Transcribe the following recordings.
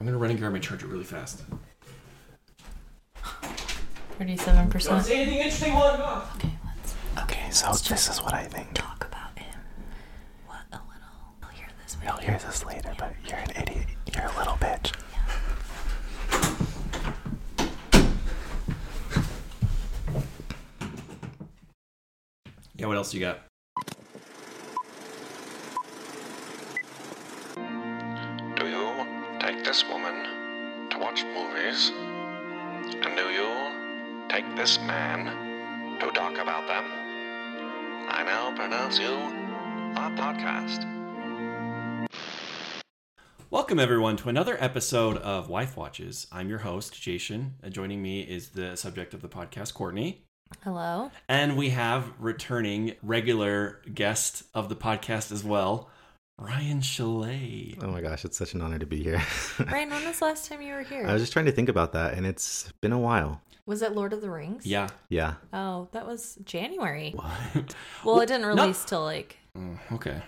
I'm gonna run and grab my charger really fast. 37%. Don't say anything interesting while I'm gone. Okay, let's Okay, so Let's this is what I think. talk about him. What a little. I'll hear this You'll hear this later, but you're an idiot. You're a little bitch. Yeah, what else you got? Do you take this woman to watch movies? And do you take this man to talk about them? I now pronounce you a podcast. Welcome everyone to another episode of Wife Watches. I'm your host Jason. and Joining me is the subject of the podcast, Courtney, Hello? and we have returning regular guest of the podcast as well, Ryan Chalet. Oh my gosh, it's such an honor to be here. Ryan, when was the last time you were here? I was just trying to think about that, and it's been a while. Was it Lord of the Rings? Yeah, Yeah. Oh, that was January. What? Well, it didn't no. release till like. Mm, okay.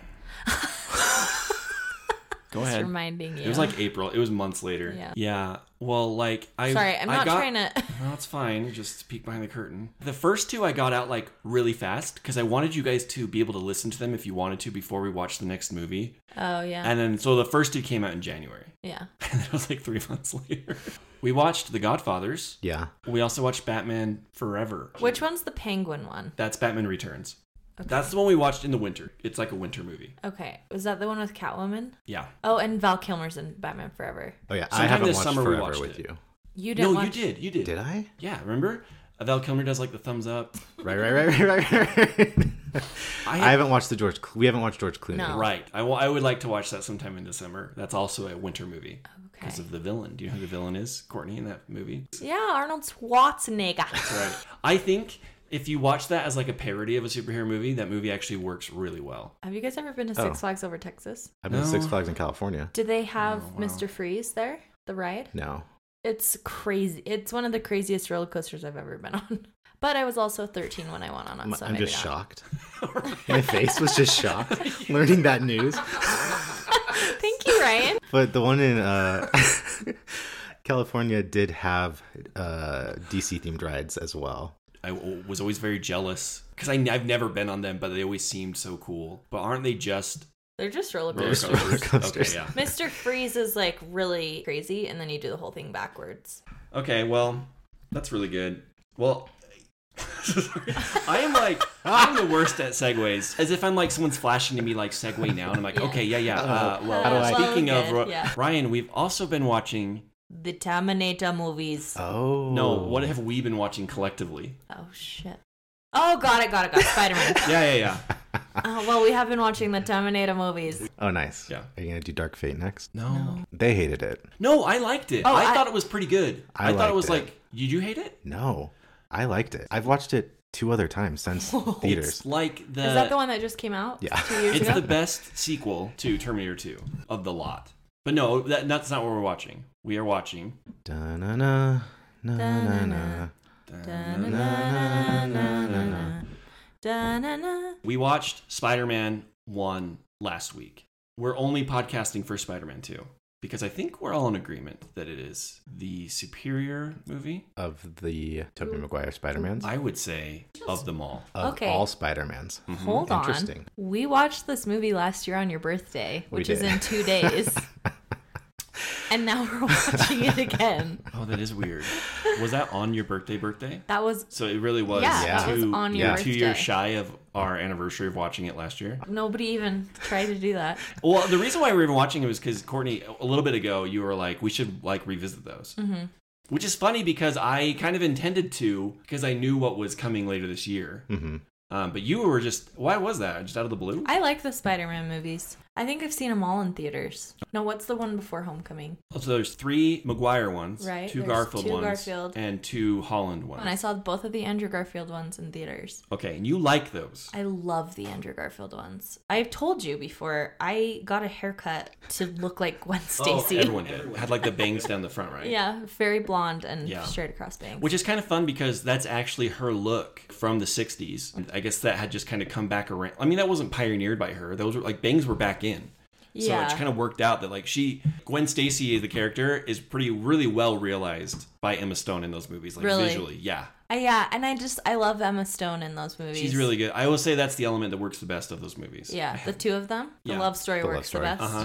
Go Just ahead. reminding you. It was like April. It was months later. Yeah. Yeah. Well, like I. Sorry, I'm I not got- trying to. No, it's fine. Just peek behind the curtain. The first two I got out like really fast because I wanted you guys to be able to listen to them if you wanted to before we watched the next movie. Oh, yeah. And then so the first two came out in January, Yeah. and it was like three months later. We watched The Godfathers. Yeah. We also watched Batman Forever. Which one's the penguin one? That's Batman Returns. Okay. That's the one we watched in the winter. It's like a winter movie. Okay. Was that the one with Catwoman? Yeah. Oh, and Val Kilmer's in Batman Forever. Oh yeah. I Sometime haven't this watched summer we forever watched with it. you. You didn't No, watch. you did. You did. Did I? Yeah. Remember? Val Kilmer does like the thumbs up. Right, right, right, right, right. right. I- I, haven't watched the George. Clo- We haven't watched George Clooney. No. Right. I wa- I would like to watch that sometime in December. That's also a winter movie Okay. because of the villain. Do you know who the villain is, Courtney, in that movie? Yeah, Arnold Schwarzenegger. That's right. I think if you watch that as like a parody of a superhero movie, that movie actually works really well. Have you guys ever been to Oh. Six Flags over Texas? I've been to Six No. Flags in California. Do they have Oh, wow. Mr. Freeze there? The ride? No. It's crazy. It's one of the craziest roller coasters I've ever been on. But I was also 13 when I went on I'm, it, so I'm maybe just not. shocked. My face was just shocked learning that news. Thank you, Ryan. But the one in uh, California did have uh, DC themed rides as well. I w- was always very jealous because I've never been on them, but they always seemed so cool. But aren't they just They're just roller roller coasters. coasters? coasters. Okay, yeah. Mr. Freeze is like really crazy, and then you do the whole thing backwards. Okay, well, that's really good. Well, I am like I'm the worst at segues. As if I'm like someone's flashing to me like segue now, and I'm like, Yeah. Uh-huh. okay, yeah, yeah. Uh, well, How do I- speaking Well, of good, Ro- yeah. Ryan, we've also been watching. The Terminator Uh. movies. Oh No, what have we been watching collectively? Oh, shit. Oh, got it, got it, got it. Spider Man. Yeah, yeah, yeah. Uh, well, we have been watching the Terminator movies. Oh, nice. Yeah. Are you gonna do Dark Fate next? No, They hated it. no, I liked it. Oh, I, I- thought it was pretty good. I, I thought it liked was it. like, did you hate it? No, I liked it. I've watched it two other times since theaters. It's like the Is that the one that just came out? Yeah. Two years Uh, It's ago? the best sequel to Terminator 2 of the lot. But no, that, that's not what we're watching. We are watching Da-na-na, na-na-na. Da-na-na-na-na-na. Da-na-na. We watched Spider Man 1 last week. We're only podcasting for Spider Man 2 because I think we're all in agreement that it is the superior movie, Of the Tobey Maguire Spider-Mans? I would say, of them all. Of Hmm. Okay. all Spider-Mans. Hmm. Hold on. Hmm, Interesting. We watched this movie last year on your birthday, We which is did. in two days. and now we're watching it again. Oh, that is weird. was that on your birthday, birthday? That was So it really was Yeah, Yeah. two, that was on your two years birthday. shy of our anniversary of watching it last year. nobody even tried to do that. Well, the reason why we were even watching it was because Courtney, a little bit ago, you were like, we should like revisit those, mm-hmm. which is funny because I kind of intended to because I knew what was coming later this year. Mm-hmm. Um, but you were just, why was that? Just out of the blue? I like the Spider-Man movies. I think I've seen them all in theaters. No, what's the one before Homecoming? Oh, so there's three Maguire ones, Right, two there's Garfield two ones, Garfield. and two Holland And I ones. saw both of the Andrew Garfield ones in theaters. Okay, and you like those. I love the Andrew Garfield ones. I've told you before, I got a haircut to look like Gwen Stacy. Oh, everyone did. Had like the bangs down the front, right? yeah, very blonde and Yeah. straight across bangs. Which is kind of fun because that's actually her look from the 60s. I guess that had just kind of come back around. I mean, that wasn't pioneered by her. Those were like bangs were back in. So Yeah. it kind of worked out that like she Gwen Stacy the character is pretty really well realized by Emma Stone in those movies like Really? visually. Yeah. Uh, yeah, and I just I love Emma Stone in those movies. She's really good. I will say that's the element that works the best of those movies. yeah. The two of them, the Yeah. love story The love works story. the best. Uh-huh.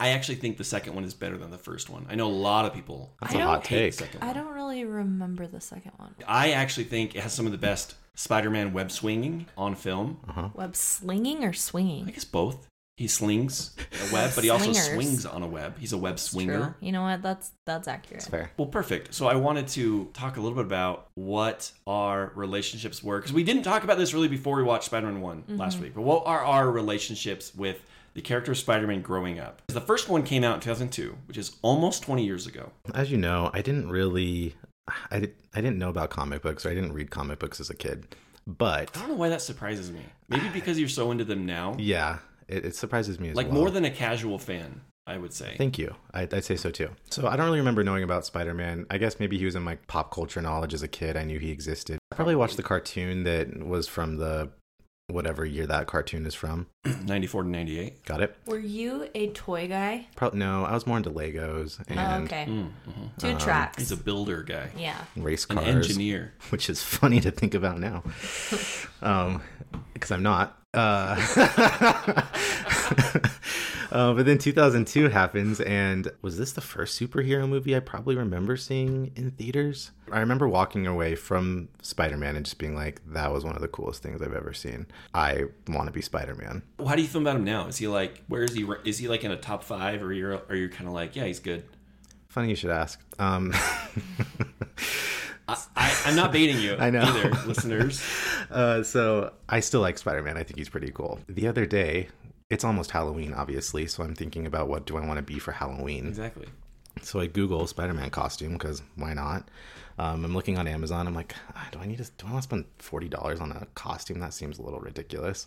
I actually think the second one is better than the first one. I know a lot of people That's I a don't hot hate take. the second one. I don't really remember the second one. I actually think it has some of the best Spider-Man web swinging on film. Web slinging or I swinging? guess both. He slings a web, but he also Slingers. swings on a web. He's a web True. swinger. You know what? That's that's accurate. It's fair. Well, perfect. So I wanted to talk a little bit about what our relationships were because we didn't talk about this really before we watched Spider-Man one Mm-hmm. last week. But what are our relationships with the character of Spider-Man growing up? 'Cause The first one came out in 2002, which is almost 20 years ago. As you know, I didn't really, I, did, I didn't know about comic books. Or I didn't read comic books as a kid, but I don't know why that surprises me. Maybe because you're so into them now, yeah, it, it surprises me as like well. more than a casual fan, I would say. Thank you. I, I'd say so too. So I don't really remember knowing about Spider Man. I guess maybe he was in my pop culture knowledge as a kid. I knew he existed. I probably watched the cartoon that was from the whatever year that cartoon is from. 94 to 98. Got it? Were you a toy guy? Probably no. I was more into Legos Oh, and okay. Mm, mhm. Two tracks. He's a builder guy, yeah. race an cars, engineer. which is funny to think about now, um, because I'm not. Uh, uh, but then 2002 happens, and was this the first superhero movie I probably remember seeing in theaters? I remember walking away from Spider Man and just being like, that was one of the coolest things I've ever seen. I want to be Spider Man. Well, How do you feel about him now? Is he like where is he? Is he like in a top five, or you're or you're kind of like yeah, he's good. Funny you should ask. Um, I, I, I'm not baiting you. I know. either, listeners. Uh, so I still like Spider Man. I think he's pretty cool. The other day, it's almost Halloween, obviously. So I'm thinking about what do I want to be for Halloween. Exactly. So I Google Spider Man costume because why not? Um, I'm looking on Amazon. I'm like, "Ah, do I need to? Do I want to spend forty dollars on a costume? That seems a little ridiculous.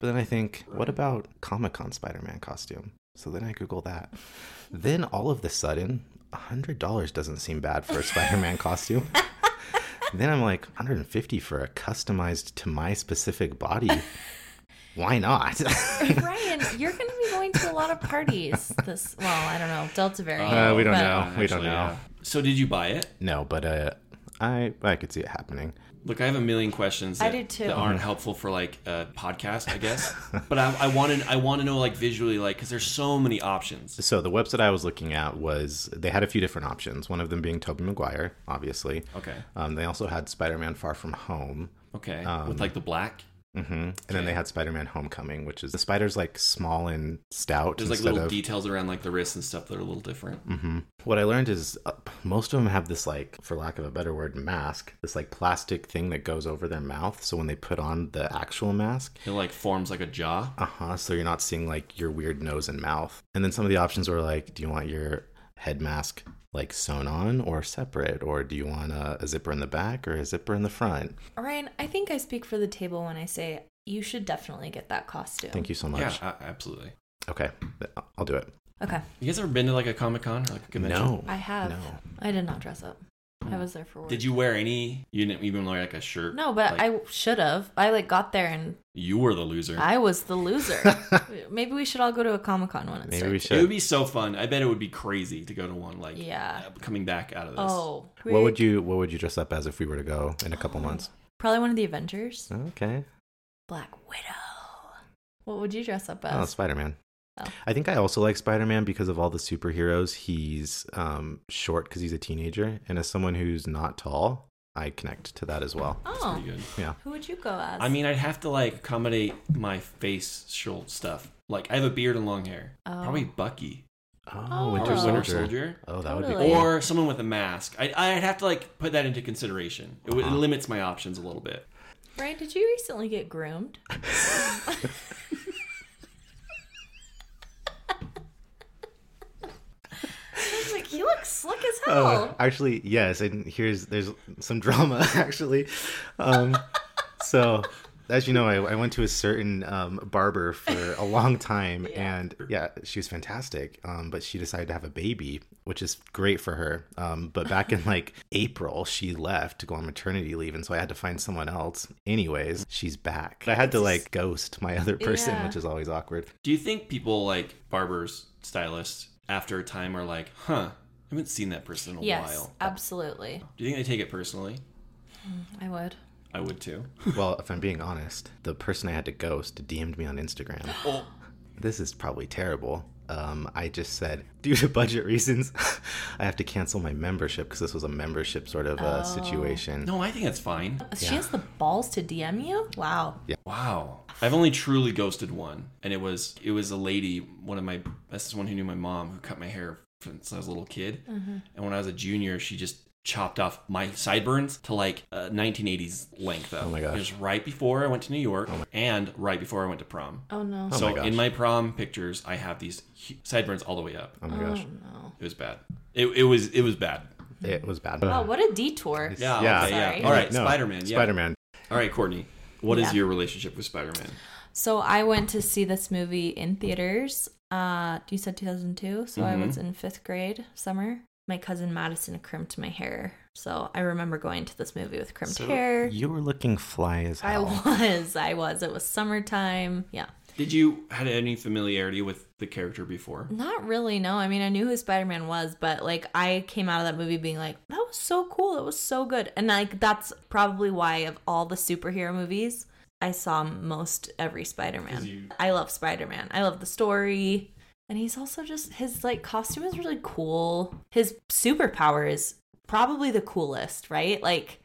But then I think, what about Comic Con Spider Man costume? So then I Google that. Then all of the sudden, hundred dollars doesn't seem bad for a Spider Man costume. then I'm like, 150 for a customized to my specific body. Why not? Ryan, you're going to be going to a lot of parties this, well, I don't know, Delta variant. Uh, we don't but- know. we don't Actually, know. yeah. So did you buy it? no, but uh, I I could see it happening. Look, I have a million questions. I That, do too. That aren't helpful for like a podcast, I guess. but I, I wanted, I want to know like visually, like because there's so many options. So the website I was looking at was they had a few different options. One of them being Tobey Maguire, obviously. Okay. Um, they also had Spider-Man: Far From Home, Okay. Um, With like the black. hmm and then they had Spider-Man: Homecoming, which is the spider's like small and stout. There's like instead little of, details around like the wrists and stuff that are a little different. Mhm. What I learned is uh, most of them have this like, for lack of a better word, mask. This like plastic thing that goes over their mouth. So when they put on the actual mask, It like forms like a jaw. Uh huh. So you're not seeing like your weird nose and mouth. And then some of the options were like, do you want your head mask like sewn on or separate? Or do you want a, a zipper in the back or a zipper in the front? Ryan, I think I speak for the table when I say you should definitely get that costume. Thank you so much. Yeah, a- absolutely. Okay. th- I'll do it. Okay. You guys ever been to like a Comic Con or like a convention? No. I have. No. I did not dress up. I was there for work. Hmm. Did you wear any? You didn't even wear like a shirt. No, but Like, I should have. I like got there and You were the loser. I was the loser. Maybe we should all go to a Comic Con when it's Maybe we It would should. be so fun. I bet it would be crazy to go to one. Like, Yeah. uh, coming back out of this. Oh, What would you What would you dress up as if we were to go in a couple months? Probably one of the Avengers. Okay. Oh, Black Widow. What would you dress up Oh, as? Spider Man. Oh. I think I also like Spider Man because of all the superheroes. He's um, short because he's a teenager, and as someone who's not tall, I connect to that as well. Oh, That's pretty good. Yeah. who would you go as? I mean, I'd have to like accommodate my facial stuff. Like, I have a beard and long hair. Oh. Probably Bucky Oh, or Winter Oh. Winter Soldier. Soldier. Oh, that would Totally. be cool. Or someone with a mask. I, I'd have to like put that into consideration. It, would it limits my options a little bit. Ryan, did you recently get groomed? I was like, he looks slick as hell. Oh, actually, yes. And here's there's some drama actually. Um, so as you know, I, I went to a certain um, barber for a long time, and yeah, she was fantastic. Um, but she decided to have a baby, which is great for her. Um, but back in like April, she left to go on maternity leave, and so I had to find someone else. Anyways, she's back. I had to like ghost my other person, Yeah. which is always awkward. Do you think people like barbers, stylists, after a time are like, huh, I haven't seen that person in a Yes, while? absolutely. Do you think they take it personally? I would. I would too. Well, if I'm being honest, the person I had to ghost DM'd me on Instagram. Oh. This is probably terrible. Um, I just said, due to budget reasons, I have to cancel my membership because this was a membership sort of Oh. uh, situation. No, I think that's fine. She has the balls to DM you? Wow. Wow. I've only truly ghosted one, and it was it was a lady, one of my that's the one who knew my mom who cut my hair since I was a little kid, and when I was a junior, she just chopped off my sideburns to like uh, 1980s length. Though. Oh my gosh. Oh It was right before I went to New York and right before I went to prom. Oh no. so gosh. in my prom pictures, I have these hu- sideburns all the way up. Oh my gosh, no. It was bad. It, it was it was bad. it was bad. Wow, Oh. what a detour. Yeah. Yeah. okay, yeah. Sorry. All right. Spider Man. Yeah. Spider Man. All right, Courtney. What is Yeah. your relationship with Spider Man? So I went to see this movie in theaters. Uh, you said 2002, so I was in fifth grade summer. My cousin Madison crimped my hair, so I remember going to this movie with crimped hair. You were looking fly as I hell. was, I was. It was summertime. Yeah, Did you had any familiarity with the character before? not really. No, I mean I knew who Spider Man was, but like I came out of that movie being like, that was so cool. That was so good, and like that's probably why of all the superhero movies, I saw most every Spider Man. I love Spider Man. I love the story. And he's also just his like costume is really cool. His superpower is probably the coolest, right? Like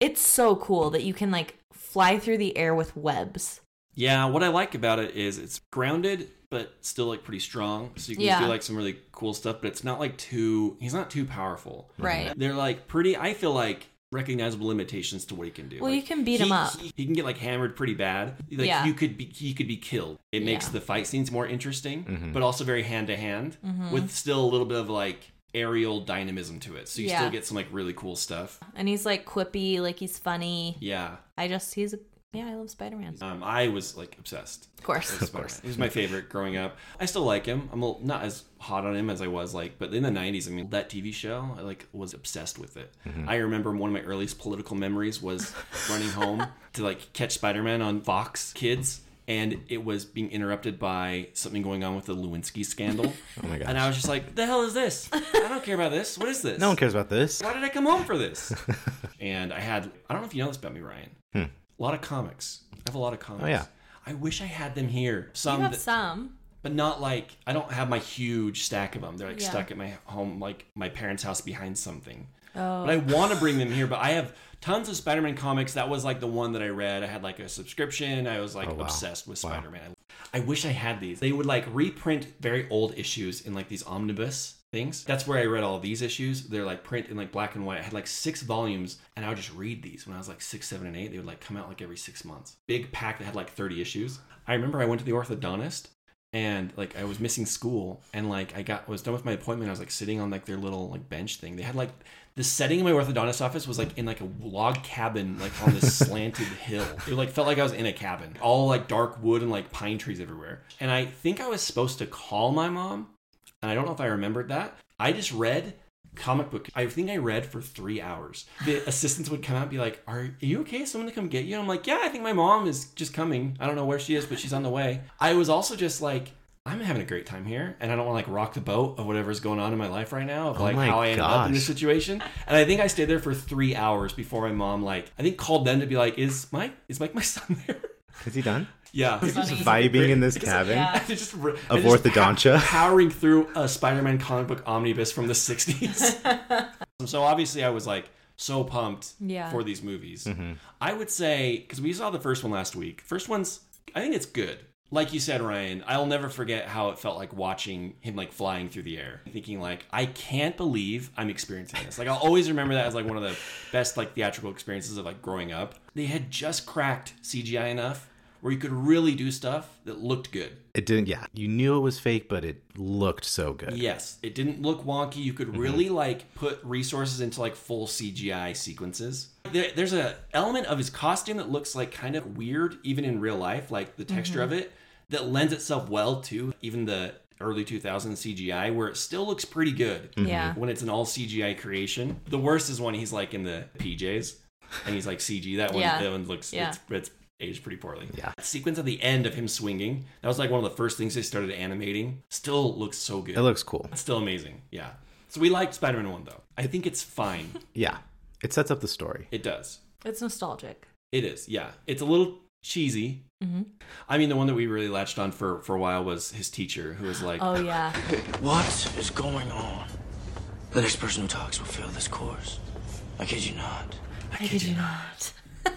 it's so cool that you can like fly through the air with webs. Yeah, what I like about it is it's grounded but still like pretty strong. So you can Yeah. do like some really cool stuff, but it's not like too he's not too powerful. Right. They're like pretty I feel like recognizable limitations to what he can do. Well, you Like, can beat he- him up. He, he can get like hammered pretty bad. Like Yeah. you could be he could be killed. It makes Yeah. the fight scenes more interesting, Mhm. but also very hand to hand Mm-hmm. with still a little bit of like aerial dynamism to it. So you Yeah. still get some like really cool stuff. And he's like quippy, like he's funny. Yeah. I just he's a yeah, I love Spider Man. Um, I was like obsessed. Of course. Spider-Man. He was my favorite growing up. I still like him. I'm a little, not as hot on him as I was like, but in the 90s, I mean, that TV show, I like was obsessed with it. Mm-hmm. I remember one of my earliest political memories was running home to like catch Spider-Man on Fox Kids. And it was being interrupted by something going on with the Lewinsky scandal. Oh my And gosh. I was just like, the hell is this? I don't care about this. What is this? No one cares about this. Why did I come home for this? and I had, I don't know if you know this about me, Ryan. A lot of comics. I have a lot of comics. Hmm. Oh, yeah. I wish I had them here. Some, you have that- some. but not like, I don't have my huge stack of them. They're like Yeah. stuck at my home, like my parents' house behind something. Oh But I want to bring them here, but I have tons of Spider Man comics. That was like the one that I read. I had like a subscription. I was like Oh, wow. obsessed with Wow. Spider Man. I wish I had these. They would like reprint very old issues in like these omnibus things. That's where I read all these issues. They're like print in like black and white. I had like six volumes and I would just read these when I was like six, seven, and eight. They would like come out like every six months. Big pack that had like 30 issues. I remember I went to the orthodontist and like I was missing school and like I got was done with my appointment. I was like sitting on like their little like bench thing. They had like the setting in my orthodontist office was like in like a log cabin, like on this slanted hill. It like felt like I was in a cabin, all like dark wood and like pine trees everywhere. And I think I was supposed to call my mom, and I don't know if I remembered that. I just read comic book. I think I read for three hours. The assistants would come out and be like, "Are, are you okay? Is Someone to come get you?" And I'm like, "Yeah, I think my mom is just coming. I don't know where she is, but she's on the way." I was also just like. I'm having a great time here, and I don't want to like rock the boat of whatever's going on in my life right now, of Oh like my how I ended up in this gosh. situation. And I think I stayed there for three hours before my mom like I think called them to be like, "Is Mike? Is Mike my son there?" Is he done? Yeah, funny. Vibing in this cabin. Yeah. They're just, of Of orthodontia. powering through a Spider-Man comic book omnibus from the '60s. so obviously, I was like so pumped Yeah. for these movies. Mm-hmm. I would say because we saw the first one last week. First one's, I think it's good. Like you said, Ryan, I'll never forget how it felt like watching him like flying through the air, thinking like, I can't believe I'm experiencing this. Like I'll always remember that as like one of the best like theatrical experiences of like growing up. They had just cracked CGI enough where you could really do stuff that looked good. It didn't. Yeah, you knew it was fake, but it looked so good. Mm-hmm. Yes, it didn't look wonky. You could really like put resources into like full CGI sequences. There, there's a element of his costume that looks like kind of weird, even in real life, like the texture Mm-hmm. of it, that lends itself well to even the early 2000s CGI, where it still looks pretty good Mm-hmm. Yeah. when it's an all CGI creation. The worst is when he's like in the PJs and he's like CG. That one, Yeah. that one looks Yeah. it's, it's aged pretty poorly. Yeah. That sequence at the end of him swinging, that was like one of the first things they started animating. Still looks so good. It looks cool. It's still amazing. Yeah. So we liked Spider Man 1, though. I think it's fine. Yeah, it sets up the story. it does. It's nostalgic. It is. Yeah. It's a little cheesy. Mhm. I mean, the one that we really latched on for, for a while was his teacher, who was like, Oh yeah. What is going on? The next person who talks will fail this course. I kid you not. I kid you not.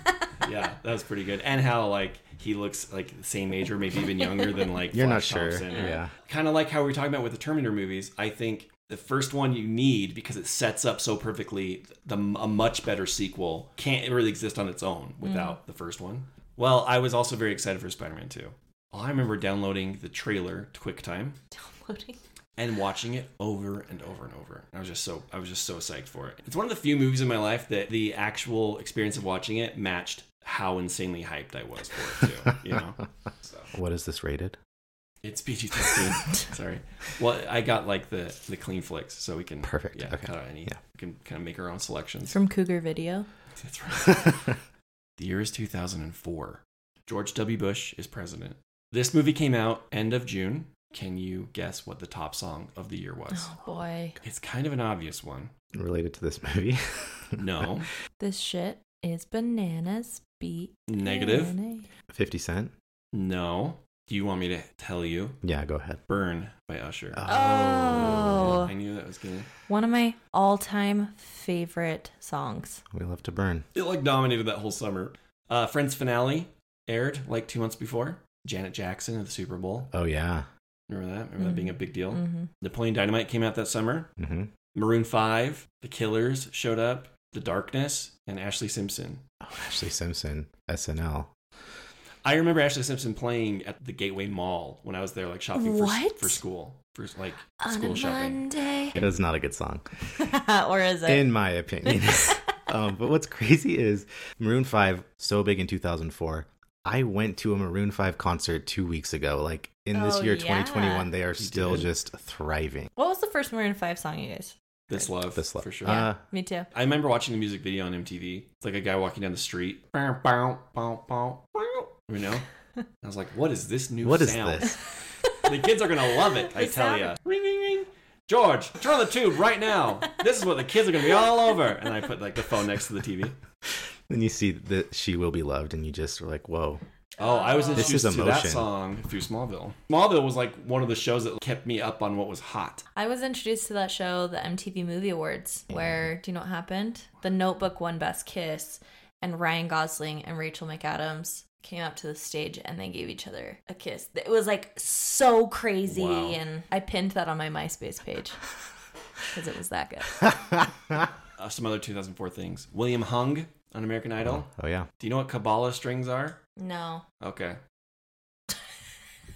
yeah, that was pretty good. And how, like, he looks like the same age or maybe even younger than, like, You're Flash not sure. Thompson. Yeah. Kind of like how we were talking about with the Terminator movies. I think the first one you need because it sets up so perfectly the a much better sequel can't really exist on its own without the first one. Well, I was also very excited for Spider-Man 2. I remember downloading the trailer to QuickTime Downloading. and watching it over and over and over. I was just so I was just so psyched for it. It's one of the few movies in my life that the actual experience of watching it matched how insanely hyped I was for it too. You know, so What is this rated? it's PG thirteen. Sorry. Well, I got like the the clean flicks, so we can Perfect. Yeah, Okay. cut out any. Yeah. We can kind of make our own selections. It's from Cougar Video. That's right. the year is two thousand and four. George W. Bush is president. This movie came out end of June. Can you guess what the top song of the year was? Oh boy. It's kind of an obvious one. Related to this movie? No. This shit is bananas. B. Negative. N Fifty Cent. No. Do you want me to tell you? Yeah, go ahead. Burn by Usher. Uh. A. Oh. I knew that was gonna. One of my all-time favorite songs. we love to burn. It like dominated that whole summer. Uh, Friends finale aired like two months before. Janet Jackson at the Super Bowl. Oh yeah. Remember that? Remember that being a big deal. hmm Napoleon Dynamite came out that summer. Mm-hmm. Maroon Five, The Killers showed up. The Darkness and Ashley Simpson. Oh, Ashley Simpson, SNL. I remember Ashley Simpson playing at the Gateway Mall when I was there, like shopping for, What? for school, for like On school a shopping. Monday. It is not a good song, or is it? in my opinion. um, but what's crazy is Maroon Five so big in 2004. I went to a Maroon Five concert two weeks ago. Like in this Oh, year, yeah. 2021, they are still did. just thriving. what was the first Maroon Five song you guys? This love, This love for sure. Yeah, Uh, me too. I remember watching the music video on MTV. It's like a guy walking down the street. Bow, bow, bow, bow, bow. You know? I was like, what is this new What is sound? this? The kids are going to love it, I The tell sound. ya. Ring, ring, ring. George, turn on the tube right now. This is what the kids are going to be all over. And I put like the phone next to the TV. Then you see that she will be loved, and you just are like, "Whoa, Oh, I was This introduced is to that emotion. song through Smallville. Smallville was like one of the shows that kept me up on what was hot. I was introduced to that show, the MTV Movie Awards, where do you know what happened? The Notebook won Best Kiss, and Ryan Gosling and Rachel McAdams came up to the stage and they gave each other a kiss. It was like so crazy, Wow. and I pinned that on my MySpace page because it was that good. Uh, some other 2004 things. William Hung on American Idol. oh yeah, Do you know what Kabbalah strings are? No, Okay.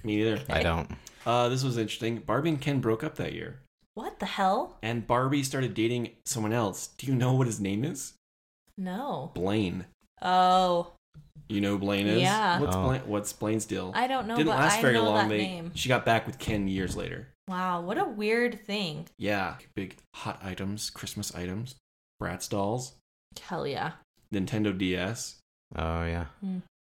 Me neither. I don't." Uh, this was interesting. Barbie and Ken broke up that year, what the hell? and Barbie started dating someone else. Do you know what his name is? No. Blaine. Oh, You know who Blaine is? Yeah. What's, Oh. Blaine, what's Blaine's deal? I don't know, Didn't but last I very know long. that they name. she got back with Ken years later. wow! What a weird thing. Yeah, big hot items, Christmas items, Bratz dolls, Hell yeah. Nintendo DS, Oh yeah,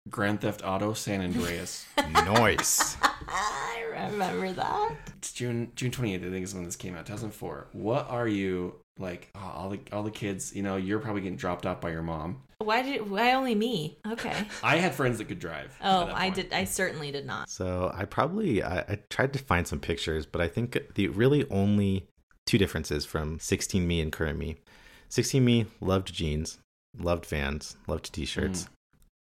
Grand Theft Auto San Andreas. noise. I remember that. it's June June 28th, I think is when this came out, 2004. What are you like? oh, all the all the kids, you know, you're probably getting dropped off by your mom. Why did why only me? Okay. I had friends that could drive. at Oh, that I point. did. I certainly did not. So I probably I, I tried to find some pictures, but I think the really only two differences from 16 me and current me. 16 me loved jeans, loved Vans, loved t-shirts,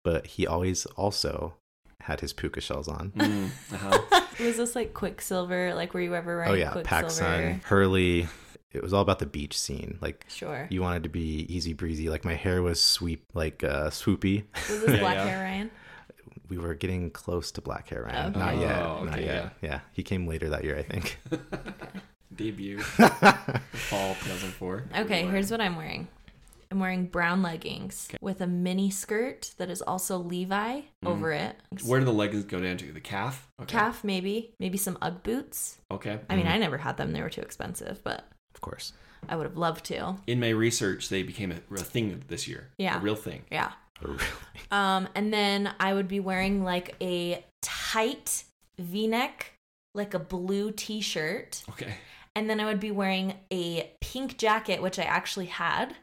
but he always also had his puka shells on. Mm, uh-huh. Was this like Quicksilver? Like, were you ever Oh wearing yeah, Quicksilver? PacSun, Hurley. It was all about the beach scene. Like Sure. you wanted to be easy breezy. Like my hair was sweep, like uh, swoopy. Was this Yeah, black yeah. hair, Ryan? we were getting close to Black Hair Ryan. Not Okay. yet. Oh, not okay, yet. Yeah. He came later that year, I think. Debut fall 2004. Okay, here's what I'm wearing. I'm wearing brown leggings with a mini skirt that is also Levi over it. Mm-hmm. Where do the leggings go down to? The calf? Okay. Calf, maybe. Maybe some Ugg boots. Okay. I mean, I never had them. They were too expensive, but of course. I would have loved to. In my research, they became a, a thing this year. Yeah. A real thing. Yeah. Really. Um, and then I would be wearing like a tight v neck, like a blue t shirt. Okay. And then I would be wearing a pink jacket, which I actually had,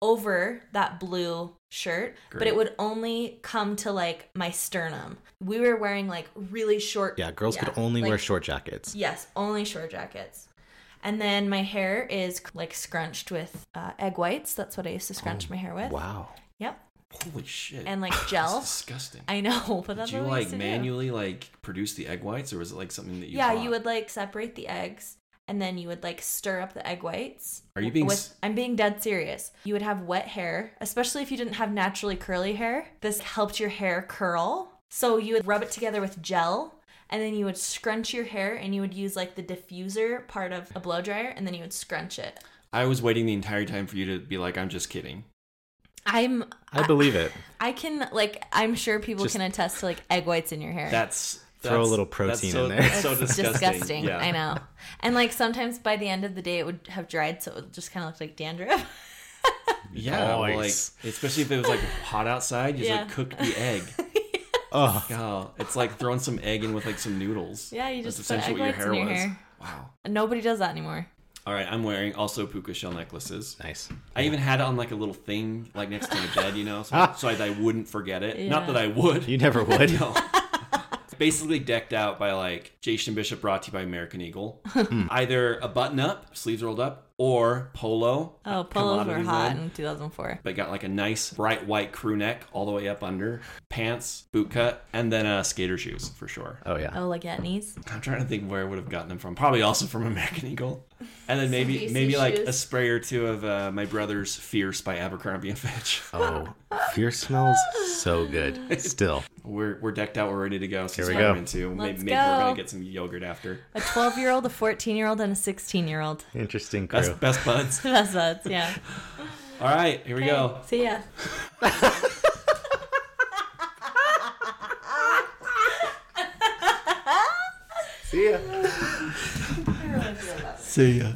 over that blue shirt. But Great. it would only come to like my sternum. We were wearing like really short. Yeah, girls could only like- wear short jackets. Yes, only short jackets. And then my hair is like scrunched with uh, egg whites. That's what I used to scrunch my hair with. Oh, Wow. Yep. Holy shit. And like gel. That's disgusting. I know, but that's Did you what we like used to do. manually like produce the egg whites, or was it like something that you? yeah, bought? you would like separate the eggs and then you would like stir up the egg whites. Are you being with, s- I'm being dead serious. You would have wet hair, especially if you didn't have naturally curly hair. This helped your hair curl. So you would rub it together with gel and then you would scrunch your hair and you would use like the diffuser part of a blow dryer and then you would scrunch it. I was waiting the entire time for you to be like, "I'm just kidding." I'm I believe it. I can like I'm sure people Just- can attest to like egg whites in your hair. That's, Throw a that's- little that's protein so- in there. That's so It's disgusting. Yeah. I know. And like sometimes by the end of the day it would have dried, so it just kind of looked like dandruff. Yeah, well, like Nice. especially if it was like hot outside, you just like Yeah. cook the egg. Oh, Oh, it's like throwing some egg in with like some noodles. Yeah, you That's just put egg whites in your hair. Wow. Nobody does that anymore. All right, I'm wearing also puka shell necklaces. nice. I even had it on like a little thing, like next to my bed, you know, so, so I, I wouldn't forget it. Not Yeah. that I would. You never would. No. Basically decked out by like Jason Bishop brought to you by American Eagle. Hmm. Either a button up, sleeves rolled up, or polo. Oh, a polos were commodity hot then. in 2004. But got like a nice bright white crew neck all the way up under, pants, boot cut, and then uh, skater shoes for sure. Oh yeah. Oh, like at knees. I'm trying to think where I would have gotten them from. Probably also from American Eagle. And then maybe Some maybe Macy's like a shoes. spray or two of uh, my brother's Fierce by Abercrombie and Fitch. Oh, fear smells so good. Still, We're, we're decked out. We're ready to go. Since Here we we're go. Into. Maybe, Let's maybe we're go. gonna get some yogurt after. A 12 year old, a 14 year old, and a 16 year old. interesting crew. Best best buds. That's us, yeah. All right, here we go. See ya. See ya. See ya.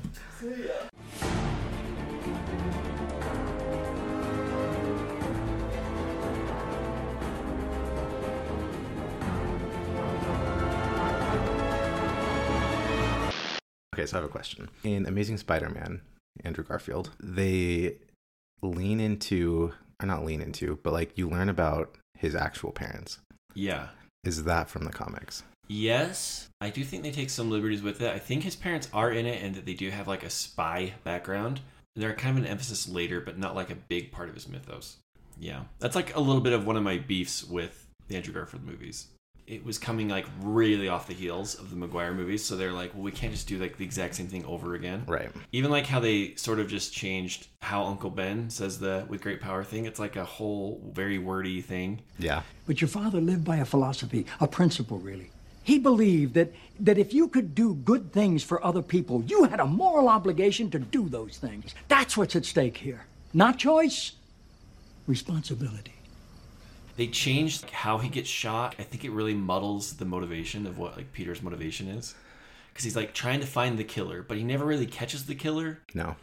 Okay, so I have a question. In Amazing Spider Man, Andrew Garfield, they lean into, or not lean into, but like you learn about his actual parents. Yeah. Is that from the comics? Yes, I do think they take some liberties with it. I think his parents are in it, and that they do have like a spy background. They're kind of an emphasis later, but not like a big part of his mythos. Yeah, that's like a little bit of one of my beefs with the Andrew Garfield movies. It was coming like really off the heels of the Maguire movies, so they're like, well, we can't just do like the exact same thing over again. Right. Even like how they sort of just changed how Uncle Ben says the "with great power" thing. It's like a whole very wordy thing. Yeah. But your father lived by a philosophy, a principle, really. He believed that, that if you could do good things for other people, you had a moral obligation to do those things. That's what's at stake here. Not choice, responsibility. they changed like, how he gets shot. I think it really muddles the motivation of what like Peter's motivation is, because he's like trying to find the killer, but he never really catches the killer. No.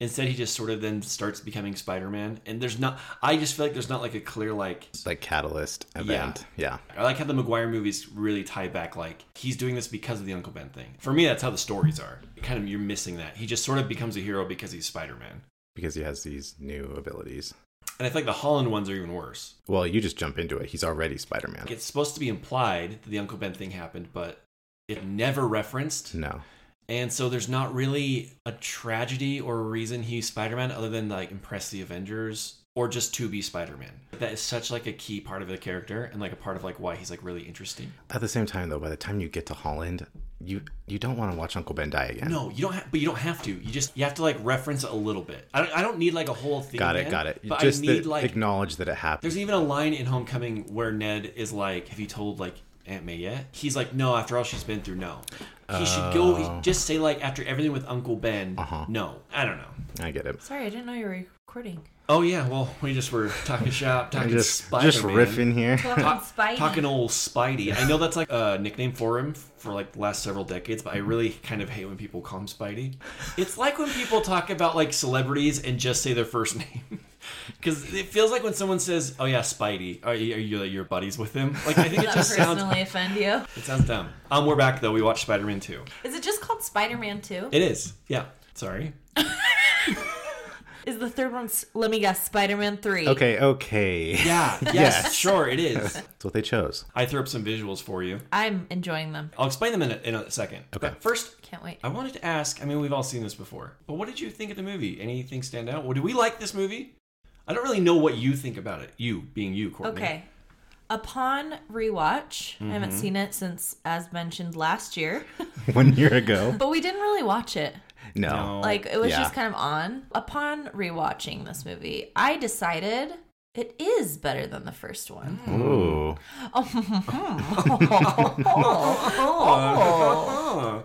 Instead, he just sort of then starts becoming Spider-Man, and there's not. I just feel like there's not like a clear like. Like catalyst event. Yeah. I like how the McGuire movies really tie back. Like he's doing this because of the Uncle Ben thing. For me, that's how the stories are. Kind of you're missing that. He just sort of becomes a hero because he's Spider-Man, Because he has these new abilities. and I feel like the Holland ones are even worse. Well, you just jump into it. He's already Spider Man. Like, it's supposed to be implied that the Uncle Ben thing happened, but it never referenced. No. And so there's not really a tragedy or a reason he's Spider Man other than like impress the Avengers or just to be Spider-Man. That is such like a key part of the character and like a part of like why he's like really interesting. At the same time, though, by the time you get to Holland, you you don't want to watch Uncle Ben die again. No, you don't have, but you don't have to. You just you have to like reference it a little bit. I don't, I don't need like a whole thing. Got it, man, got it. But Just I need that- like acknowledge that it happened. There's even a line in Homecoming where Ned is like, "Have you told like Aunt May yet?" He's like, "No." After all she's been through, no. He should go. he- Oh. just say like after everything with Uncle Ben, Uh-huh. no. I don't know. I get it. Sorry, I didn't know you were recording. Oh yeah, well we just were talking shop, I talking just Spider-Man, just riffing here. Talking Spidey. talking old Spidey. I know that's like a nickname for him for like the last several decades, but I really kind of hate when people call him Spidey. It's like when people talk about like celebrities and just say their first name. Because it feels like when someone says, "Oh yeah, Spidey," are you, are you like, your buddies with him? Like I think it Does just that sounds personally offend you? it sounds dumb. Um, we're back though. We watched Spider Man Two. Is it just called Spider-Man 2? It is. Yeah. Sorry. Is the third one, s- let me guess, Spider-Man 3? Okay, okay. That's Yeah. Yes. Sure. It is. what they chose. I threw up some visuals for you. I'm enjoying them. I'll explain them in a, in a second. Okay. But first, Can't wait. I wanted to ask. I mean, we've all seen this before, but what did you think of the movie? Anything stand out? Well, do we like this movie? I don't really know what you think about it. You being you, Courtney. Okay. Upon rewatch, I Mm-hmm. haven't seen it since, as mentioned, last year, One year ago. but we didn't really watch it. No. No. Like, it was yeah. just kind of on. Upon rewatching this movie, I decided it is better than the first one. Hmm. Ooh.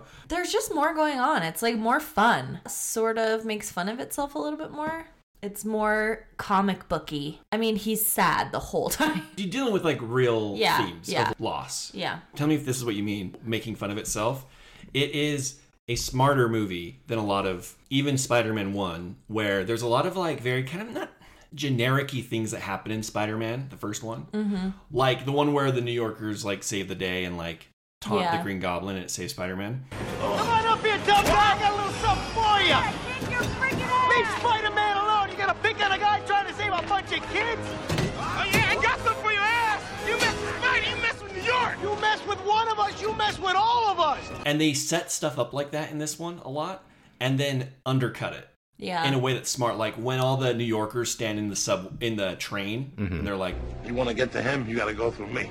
Oh, There's just more going on. It's like more fun. Sort of makes fun of itself a little bit more. It's more comic booky. I mean, he's sad the whole time. you're dealing with like real Yeah, themes yeah. of loss. Yeah. Tell me if this is what you mean, making fun of itself. It is a smarter movie than a lot of even Spider-Man 1 where there's a lot of like very kind of not generic-y things that happen in Spider-Man, the first one. Mm-hmm. Like the one where the New Yorkers like save the day and like taunt the Yeah. Green Goblin and it saves Spider-Man. Come on up here, dumb guy. I got a little something for you. Leave Spider-Man alone. You got a big kind of guy trying to save a bunch of kids. Oh yeah, I got something for your ass. You mess with Spider, you mess with New York. You mess with one of us, you mess with all of us. And they set stuff up like that in this one a lot and then undercut it. Yeah. in a way that's smart, like when all the New Yorkers stand in the sub in the train, Mm-hmm. and they're like, You want to get to him, you got to go through me.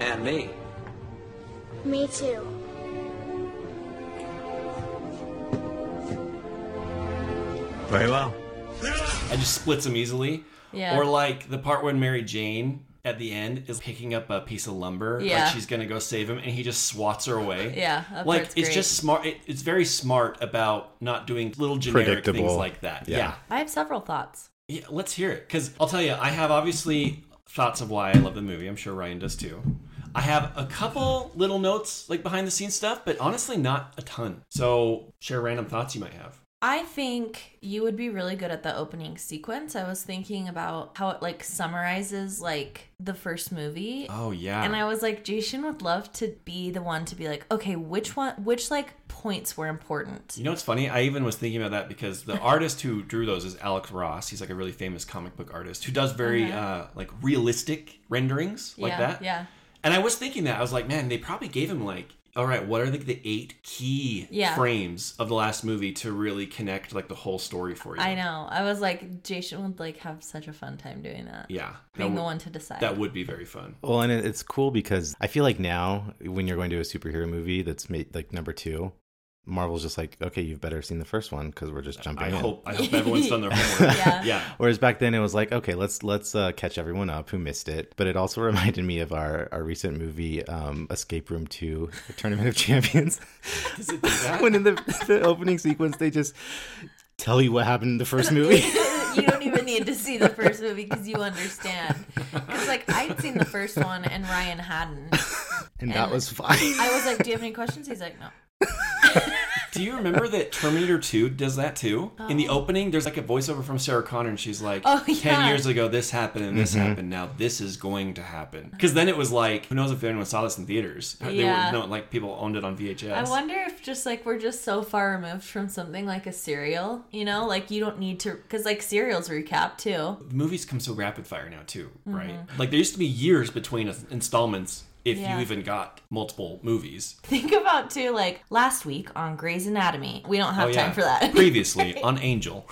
And me. Me too. Very well. I just splits them easily. Yeah. Or like the part when Mary Jane at the end is picking up a piece of lumber, Yeah. like she's gonna go save him, and he just swats her away. Yeah, that like part's it's great. just smart. It, it's very smart about not doing little generic things Predictable. like that. Yeah. yeah. I have several thoughts. Yeah, let's hear it. Because I'll tell you, I have obviously thoughts of why I love the movie. I'm sure Ryan does too. I have a couple little notes, like behind the scenes stuff, but honestly, not a ton. So share random thoughts you might have. I think you would be really good at the opening sequence. I was thinking about how it like summarizes like the first movie. Oh, yeah. And I was like, Jason would love to be the one to be like, okay, which one, which like points were important? You know what's funny? I even was thinking about that because the artist who drew those is Alex Ross. He's like a really famous comic book artist who does very uh, like realistic renderings like yeah, that. Yeah. And I was thinking that I was like, man, they probably gave him like, all right, what are the, the eight key Yeah. frames of the last movie to really connect like the whole story for you? I know. I was like, Jason would like have such a fun time doing that. Yeah, Being that, the w- one to decide. that would be very fun. Well, and it- it's cool because I feel like now when you're going to a superhero movie that's made like number two, Marvel's just like, okay, you've better seen the first one because we're just jumping I in. hope I hope everyone's done their homework. Yeah. yeah. Whereas back then it was like, okay, let's let's uh, catch everyone up who missed it. But it also reminded me of our our recent movie, um, Escape Room Two: Tournament of Champions. Does it do that? when in the, the opening sequence they just tell you what happened in the first movie. you don't even need to see the first movie because you understand. Because like I'd seen the first one and Ryan hadn't. and that was fine. I was like, "Do you have any questions?" He's like, "No." Do you remember that Terminator 2 does that too? In the opening, there's like a voiceover from Sarah Connor, and she's like, Oh, 10 yeah. years ago, this happened and this happened. Now this is going to happen. Because then it was like, who knows if anyone saw this in theaters? They Yeah. were, no, like people owned it on VHS. I wonder if just like we're just so far removed from something like a serial, you know, like you don't need to because like serials recap too. movies come so rapid fire now too, Mm-hmm. right? Like there used to be years between installments if Yeah. you even got multiple movies. Think about too, like last week on Grey's Anatomy. We don't have Oh, yeah. time for that. Previously on Angel.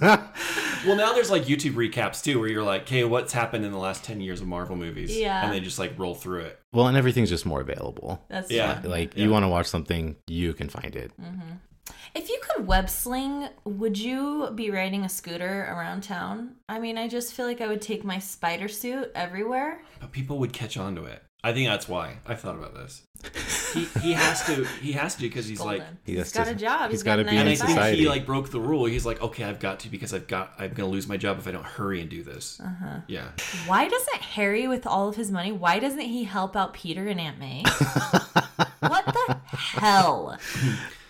Well, now there's like YouTube recaps too, where you're like, "Okay, what's happened in the last ten years of Marvel movies?" Yeah. and they just like roll through it. Well, and everything's just more available. That's Yeah. true. Like Yeah. you want to watch something, you can find it. If you could web sling, would you be riding a scooter around town? I mean, I just feel like I would take my spider suit everywhere. But people would catch on to it. I think that's why I've thought about this. He, he has to. He has to because he's like. Golden. he he's has got to- a job. he's got gotta a be And in I nine to think five. society. he like broke the rule. He's like, okay, I've got to because I've got I'm gonna lose my job if I don't hurry and do this. Uh-huh. Yeah, Why doesn't Harry, with all of his money, why doesn't he help out Peter and Aunt May? what the hell?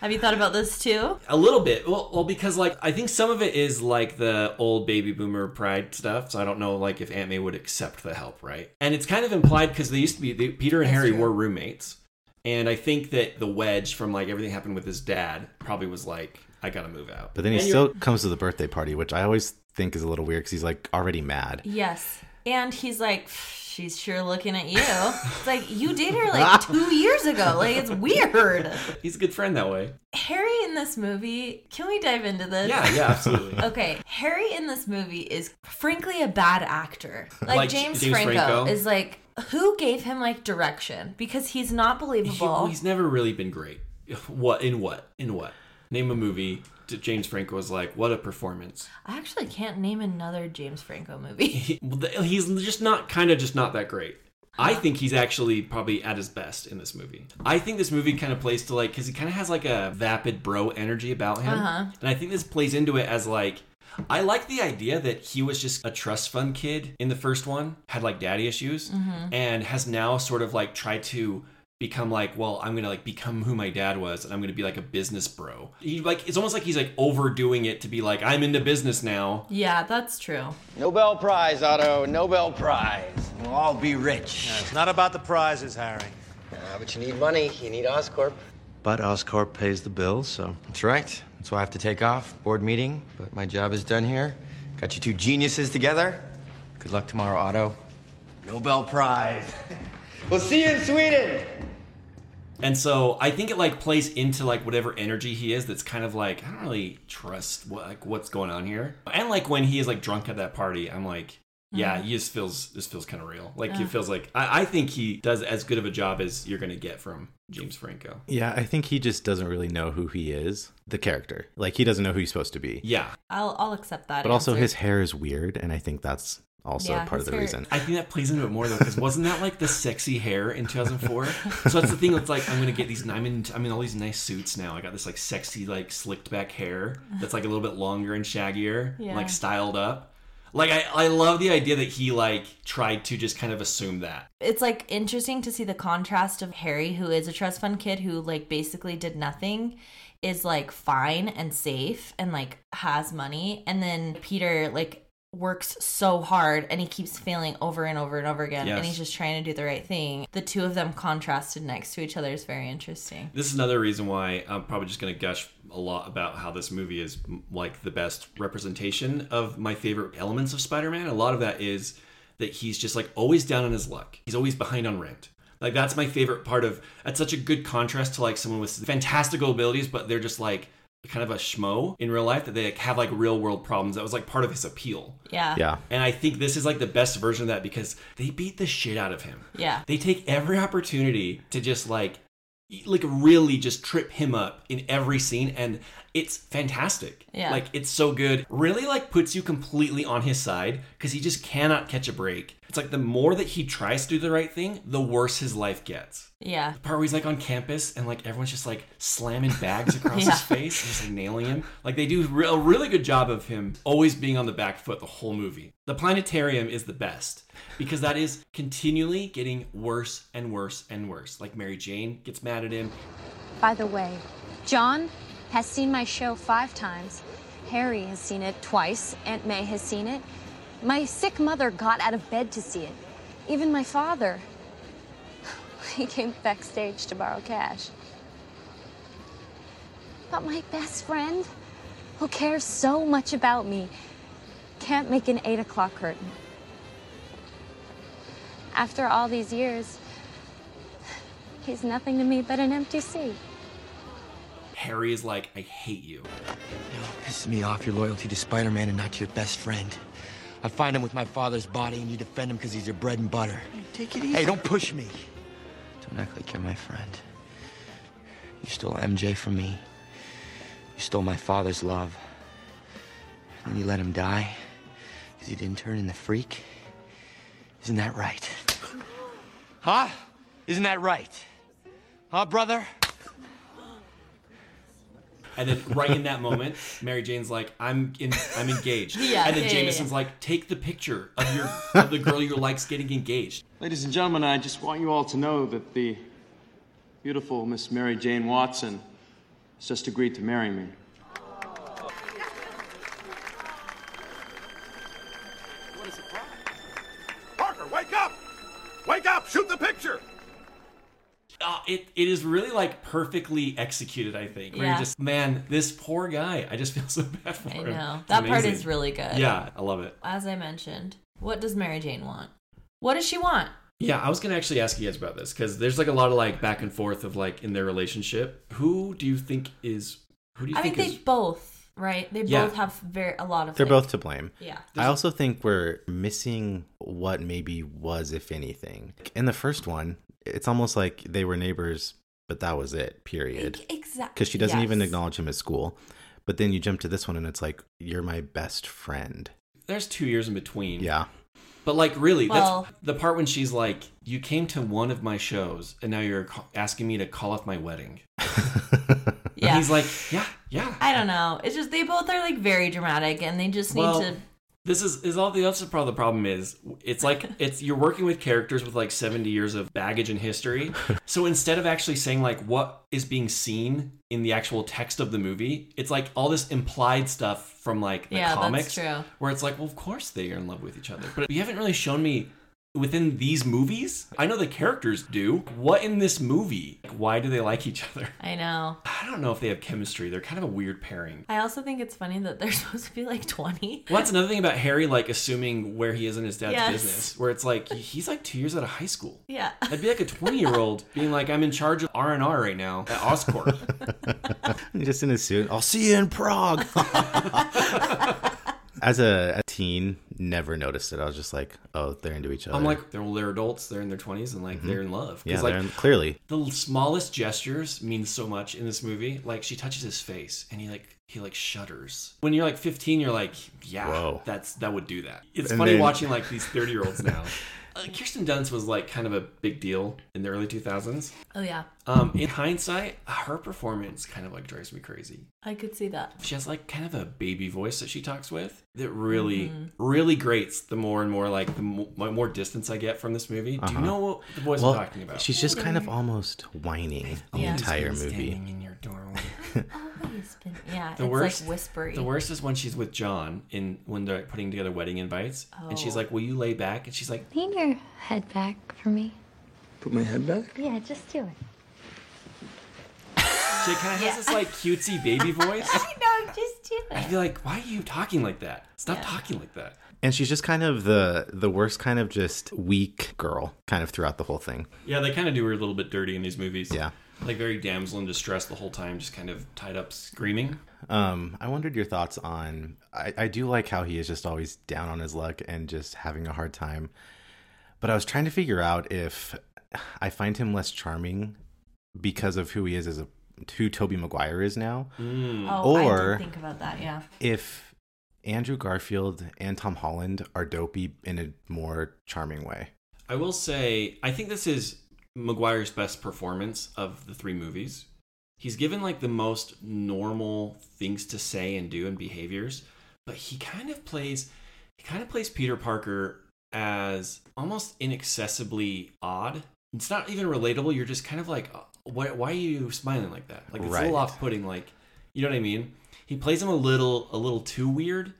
Have you thought about this too? a little bit. Well, well, because like I think some of it is like the old baby boomer pride stuff. So I don't know like if Aunt May would accept the help, right? And it's kind of implied because they used to be they, Peter and Harry were roommates, and I think that the wedge from like everything happened with his dad probably was like, I gotta move out. But then he And you're- still comes to the birthday party, which I always think is a little weird because he's like already mad. Yes. And he's like, she's sure looking at you. It's like, you dated her like two years ago. Like, it's weird. he's a good friend that way. Harry in this movie, can we dive into this? Yeah, yeah, absolutely. Okay, Harry in this movie is frankly a bad actor. Like, Like James, James Franco, Franco? is like, who gave him like direction? Because he's not He- believable. well, he's never really been great. What in what in what? Name a movie. that James Franco was like, what a performance. I actually can't name another James Franco movie. He- well, th- he's just not kind of just not that great. I think he's actually probably at his best in this movie. I think this movie kind of plays to like because he kind of has like a vapid bro energy about him, and I think this plays into it as like I like the idea that he was just a trust fund kid in the first one, had like daddy issues, and has now sort of like tried to become like, well, I'm gonna like become who my dad was, and I'm gonna be like a business bro. He like it's almost like he's like overdoing it to be like I'm into business now. yeah, that's true. Nobel Prize, Otto. Nobel Prize. We'll all be rich. It's not about the prizes, Harry. Ah, but you need money. You need Oscorp. But Oscorp pays the bills, so. That's right. That's why I have to take off. Board meeting, but my job is done here. Got you two geniuses together. Good luck tomorrow, Otto. Nobel Prize. we'll see you in Sweden. And so I think it like plays into like whatever energy he is that's kind of like I don't really trust what like what's going on here. And like when he is like drunk at that party, I'm like, yeah, he just feels this feels kind of real. Like it feels like I, I think he does as good of a job as you're gonna get from James Franco. Yeah, I think he just doesn't really know who he is, the character. Like he doesn't know who he's supposed to be. Yeah. I'll I'll accept that. but also answer. his hair is weird, and I think that's also Yeah, part his of the hair- reason. I think that plays into it more though, because wasn't that like the sexy hair in 2004? so that's the thing. It's like I'm gonna get these. I'm in. I'm in all these nice suits now. I got this like sexy, like slicked back hair that's like a little bit longer and shaggier, and, Yeah. like styled up. Like I, I love the idea that he like tried to just kind of assume that. it's like interesting to see the contrast of Harry, who is a trust fund kid who like basically did nothing, is like fine and safe and like has money, and then Peter like works so hard and he keeps failing over and over and over again Yes. and he's just trying to do the right thing the two of them contrasted next to each other is very interesting This is another reason why I'm probably just gonna gush a lot about how this movie is m- like the best representation of my favorite elements of Spider-Man. A lot of that is that he's just like always down on his luck. He's always behind on rent. Like that's my favorite part of. That's such a good contrast to like someone with fantastical abilities, but they're just like kind of a schmo in real life that they like, have like real world problems. That was like part of his appeal. yeah Yeah. And I think this is like the best version of that because they beat the shit out of him. Yeah. They take every opportunity to just like e, like really just trip him up in every scene and it's fantastic. Yeah. Like it's so good. Really like puts you completely on his side cuz he just cannot catch a break. It's like the more that he tries to do the right thing, the worse his life gets. yeah The part where he's like on campus and like everyone's just like slamming bags across Yeah. his face and just like nailing him. Like they do re- a really good job of him always being on the back foot the whole movie. The planetarium is the best because that is continually getting worse and worse and worse. Like Mary Jane gets mad at him. By the way, John has seen my show five times. Harry has seen it twice. Aunt May has seen it. My sick mother got out of bed to see it. Even my father. He came backstage to borrow cash. But my best friend, who cares so much about me, can't make an eight o'clock curtain. After all these years, he's nothing to me but an empty seat. Harry is like, I hate you. Pisses me off your loyalty to Spider Man and not to your best friend. I find him with my father's body and you defend him because he's your bread and butter. Take it Hey, don't push me. Don't act like you're my friend. You stole MJ from me. You stole my father's love. And you let him die because he didn't turn in the freak. Isn't that right? Huh? Isn't that right? Huh, brother? And then right in that moment, Mary Jane's like, "I'm in, I'm engaged." Yeah, And then yeah, yeah, Jameson's like, "Take the picture of your of the girl you like's getting engaged." Ladies and gentlemen, I just want you all to know that the beautiful Miss Mary Jane Watson has just agreed to marry me. Parker, wake up! Wake up! Shoot the picture! Uh, it it is really like perfectly executed. I think. Where Yeah. you're just man, this poor guy. I just feel so bad for I him. know. It's That part amazing. is really good. Yeah, I love it. As I mentioned, what does Mary Jane want? What does she want? Yeah, I was gonna actually ask you guys about this because there's like a lot of like back and forth of like in their relationship. Who do you think is? Who do you I think think is? they both, right? They Yeah. both have very a lot of They're things. both to blame. Yeah. I also think we're missing what maybe was, if anything. In the first one, it's almost like they were neighbors, but that was it, period. Exactly. Because she doesn't even acknowledge him at school. But then you jump to this one and it's like, you're my best friend. There's two years in between. Yeah. But like, really, Well- that's the part when she's like, "You came to one of my shows, and now you're ca- asking me to call off my wedding." Yeah. And he's like, "Yeah, yeah." I don't know. It's just they both are like very dramatic, and they just need Well, to. This is is all the other problem. The problem is, it's like it's you're working with characters with like seventy years of baggage and history. So instead of actually saying like what is being seen in the actual text of the movie, it's like all this implied stuff from like the Yeah, that's comics, true. where it's like, well, of course they are in love with each other, but you haven't really shown me within these movies. I know the characters do. What in this movie? Like, why do they like each other? I know. I don't know if they have chemistry. They're kind of a weird pairing. I also think it's funny that they're supposed to be like twenty. Well, that's another thing about Harry, like assuming where he is in his dad's Yes. business, where it's like he's like two years out of high school. Yeah. That'd be like a twenty-year-old being like, "I'm in charge of R and R right now at Oscorp." just in a suit. I'll see you in Prague. As a, a teen, never noticed it. I was just like, oh, they're into each other. I'm like, they're well, they're adults, they're in their twenties, and like they're in love. Mm-hmm. yeah, Because like they're in- clearly. the smallest gestures mean so much in this movie. Like she touches his face, and he like he like shudders. When you're like 15, you're like, yeah, Whoa. that's that would do that. It's And funny then- watching like these 30-year-olds now. Uh, Kirsten Dunst was like kind of a big deal in the early 2000s. Oh yeah, Um, in hindsight, her performance kind of like drives me crazy. I could see that. She has like kind of a baby voice that she talks with that really, really grates the more and more like the mo- my more distance I get from this movie. Do you know what the voice Uh-huh. Well, I'm talking about? she's just kind of almost whining the Yeah. entire movie. Standing in your doorway. Always been. Yeah. The it's worst like whispery. The worst is when she's with John in when they're putting together wedding invites, and she's Oh. like, "Will you lay back?" And she's like, Lean your head back for me. Put my head back? Yeah, just do it. she kind of has this like cutesy baby voice. I know. Just do I it. feel like, why are you talking like that? Stop talking like that. And she's just kind of the the worst kind of just weak girl kind of throughout the whole thing. Yeah, they kind of do her a little bit dirty in these movies. Yeah. Like very damsel in distress the whole time, just kind of tied up screaming. Um, I wondered your thoughts on I, I do like how he is just always down on his luck and just having a hard time. But I was trying to figure out if I find him less charming because of who he is as a who Toby Maguire is now. Oh, I Or- did think about that. Yeah. If Andrew Garfield and Tom Holland are dopey in a more charming way. I will say, I think this is Maguire's best performance of the three movies. He's given like the most normal things to say and do and behaviors, but he kind of plays he kind of plays Peter Parker as almost inaccessibly odd. It's not even relatable. You're just kind of like, "Uh, why, why are you smiling like that? Like it's a little Right. off-putting. Like, you know what I mean? He plays him a little, a little too weird.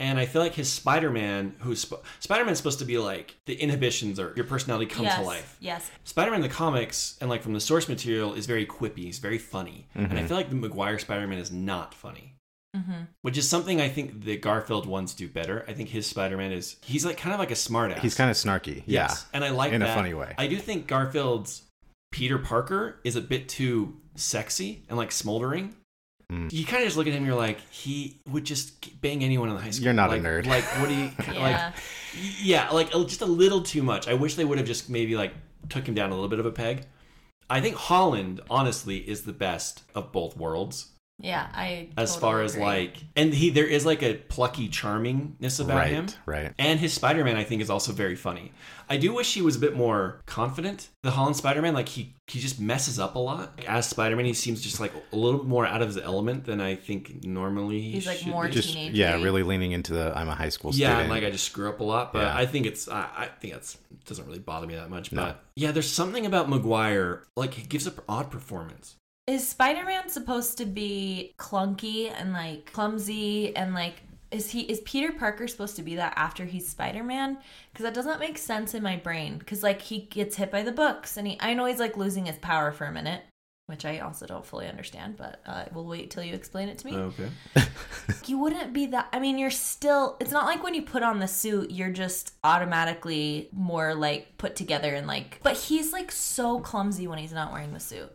And I feel like his Spider-Man, who's Sp- Spider-Man's supposed to be like the inhibitions or your personality come yes. to life. Yes. Spider-Man in the comics and like from the source material is very quippy. He's very funny, and I feel like the McGuire Spider-Man is not funny Mm-hmm. which is something I think the Garfield ones do better. I think his Spider Man is he's like kind of like a smartass. He's kind of snarky. yes, and I like in a that. funny way. I do think Garfield's Peter Parker is a bit too sexy and like smoldering. Hmm. You kind of just look at him. You're like, he would just bang anyone in high school. You're not a Like- nerd. Like, what do you Yeah. like? Yeah, like a- just a little too much. I wish they would have just maybe like took him down a little bit of a peg. I think Holland, honestly, is the best of both worlds Yeah, I. as totally far as agree. like, and he there is like a plucky charmingness about right, him. right. And his Spider Man, I think, is also very funny. I do wish he was a bit more confident. The Holland Spider Man, like he he just messes up a lot. Like, as Spider Man, he seems just like a little bit more out of his element than I think normally. He He's, like, should more be. Just teenage yeah, me. really leaning into the I'm a high school yeah, student. and like I just screw up a lot, but Yeah. I think it's I, I think that's doesn't really bother me that much. No. But yeah, there's something about Maguire like he gives an odd performance. Is Spider Man supposed to be clunky and like clumsy and like is he is Peter Parker supposed to be that after he's Spider Man? Because that doesn't make sense in my brain. Because like he gets hit by the books and he I know he's like losing his power for a minute, which I also don't fully understand. But uh, we'll wait till you explain it to me. Okay, You wouldn't be that. I mean, you're still. It's not like when you put on the suit, you're just automatically more like put together and like. But he's like so clumsy when he's not wearing the suit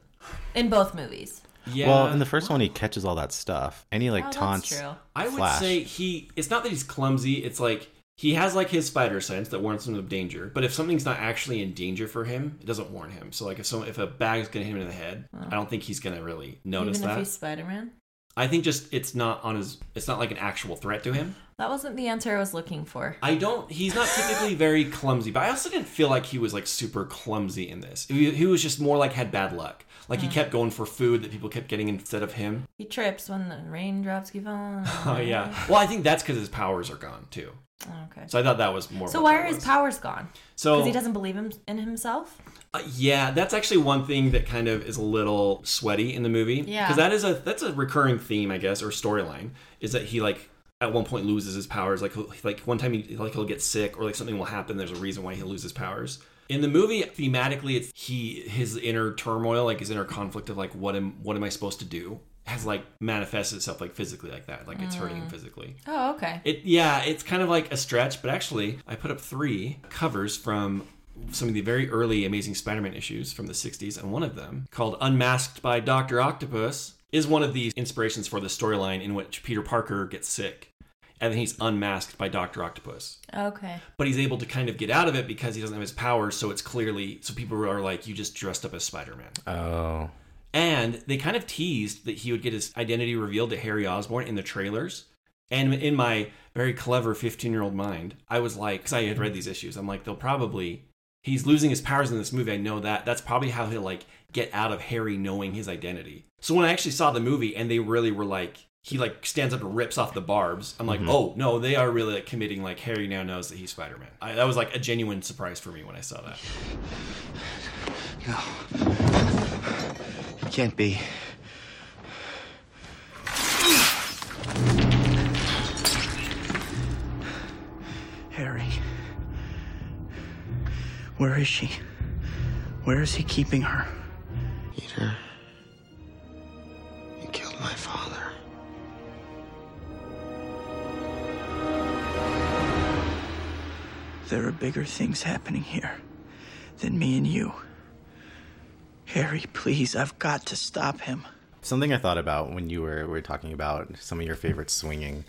in both movies. yeah. Well, in the first one, he catches all that stuff, and he like Oh, that's taunts. true. I would Flash. say he. It's not that he's clumsy. It's like he has like his spider sense that warns him of danger. But if something's not actually in danger for him, it doesn't warn him. So like if some if a bag's gonna hit him in the head, I don't think he's gonna really notice Oh. Even if that. he's Spider Man? I think just it's not on his. It's not like an actual threat to him. That wasn't the answer I was looking for. I don't. He's not typically very clumsy, but I also didn't feel like he was like super clumsy in this. He, he was just more like had bad luck. Like Oh. he kept going for food that people kept getting instead of him. He trips when the raindrops keep falling. Oh yeah. Well, I think that's because his powers are gone too. Okay. So So, I thought that was more. what why that are his was. powers gone? So Because he doesn't believe him in himself? Uh, yeah, that's actually one thing that kind of is a little sweaty in the movie. Yeah. because that is a that's a recurring theme, I guess, or storyline is that he like at one point loses his powers. Like he'll, like one time he like he'll get sick or like something will happen. There's a reason why he loses his powers. In the movie, thematically, it's he his inner turmoil, like his inner conflict of like what am what am I supposed to do, has like manifested itself like physically like that, like it's hurting him physically. Oh, okay. It yeah, it's kind of like a stretch, but actually, I put up three covers from some of the very early Amazing Spider-Man issues from the '60s, and one of them, called "Unmasked by Doctor Octopus," is one of the inspirations for the storyline in which Peter Parker gets sick, and then he's unmasked by Doctor Octopus. Okay. But he's able to kind of get out of it because he doesn't have his powers, so it's clearly so people are like, "You just dressed up as Spider-Man." Oh, And they kind of teased that he would get his identity revealed to Harry Osborn in the trailers. And in my very clever 15 year old mind, I was like, because I had read these issues, I'm like, they'll probably, he's losing his powers in this movie. I know that. That's probably how he'll like get out of Harry knowing his identity. So when I actually saw the movie and they really were like, he like stands up and rips off the barbs. I'm like, oh no, they are really like committing like Harry now knows that he's Spider Man. That was like a genuine surprise for me when I saw that. No. It can't be. Harry. Where is she? Where is he keeping her? Peter, you killed my father. There are bigger things happening here than me and you. Harry, please, I've got to stop him. something I thought about when you were were talking about some of your favorite swinging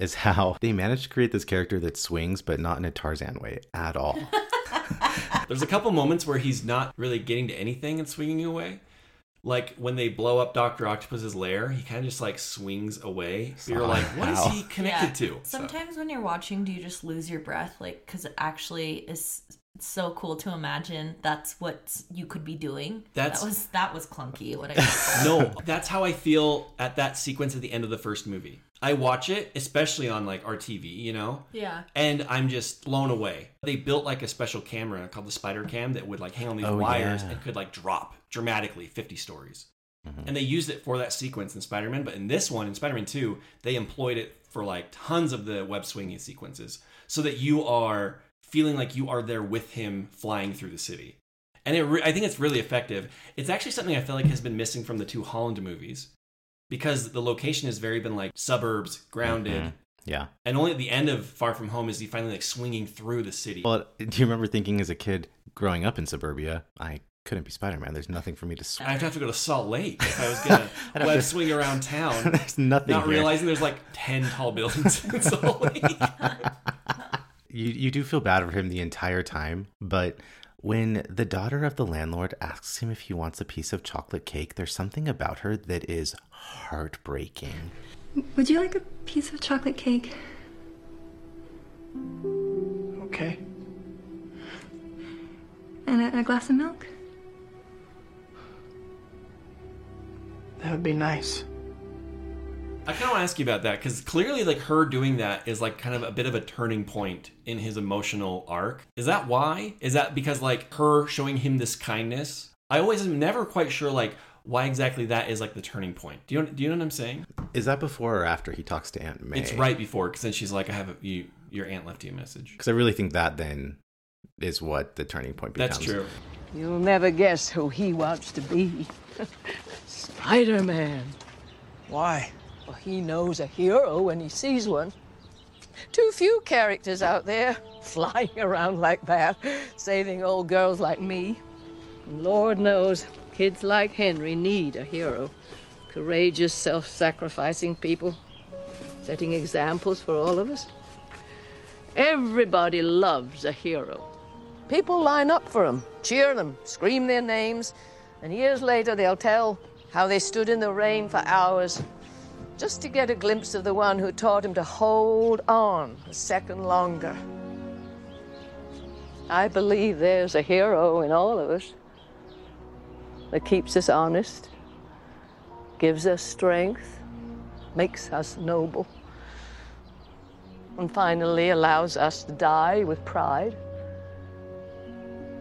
is how they managed to create this character that swings, but not in a Tarzan way at all. There's a couple moments where he's not really getting to anything and swinging away. Like when they blow up Doctor Octopus's lair, he kind of just like swings away. So you're like, what is Wow. he connected Yeah. to? So- Sometimes when you're watching, do you just lose your breath? Like, because it actually is it's so cool to imagine that's what you could be doing. That's- that was that was clunky. What I no, that's how I feel at that sequence at the end of the first movie. I watch it, especially on like our TV, you know, yeah. and I'm just blown away. They built like a special camera called the Spider Cam that would like hang on these Oh, wires yeah. Mm-hmm. and could like drop dramatically 50 stories. And they used it for that sequence in Spider Man, but in this one, in Spider Man 2, they employed it for like tons of the web swinging sequences so that you are feeling like you are there with him flying through the city. And it re- I think it's really effective. It's actually something I feel like has been missing from the two Holland movies because the location has very been like suburbs, grounded, Mhm. Yeah. and only at the end of Far From Home is he finally like swinging through the city. Well, do you remember thinking as a kid growing up in suburbia, I couldn't be Spider Man. There's nothing for me to. Sw- I'd have to go to Salt Lake if I was gonna I'd have web to- swing around town. There's nothing Not here. realizing there's like ten tall buildings in Salt Lake. you you do feel bad for him the entire time, but when the daughter of the landlord asks him if he wants a piece of chocolate cake, there's something about her that is heartbreaking. Would you like a piece of chocolate cake? Okay. And a, a glass of milk? That would be nice. I kind of want to ask you about that because clearly, like her doing that is like kind of a bit of a turning point in his emotional arc. Is that why? Is that because like her showing him this kindness? I always am never quite sure like why exactly that is like the turning point. Do you do you know what I'm saying? Is that before or after he talks to Aunt May? It's right before because then she's like, "I have a, you, your aunt left you a message." because I really think that then is what the turning point becomes. That's true. You'll never guess who he wants to be Spider Man. Why? Well, he knows a hero when he sees one. Too few characters out there flying around like that, saving old girls like me. And Lord knows, kids like Henry need a hero. Courageous, self sacrificing people, setting examples for all of us. Everybody loves a hero. People line up for him, cheer them, scream their names, and years later they'll tell how they stood in the rain for hours just to get a glimpse of the one who taught him to hold on a second longer. I believe there's a hero in all of us that keeps us honest, gives us strength, makes us noble, and finally allows us to die with pride.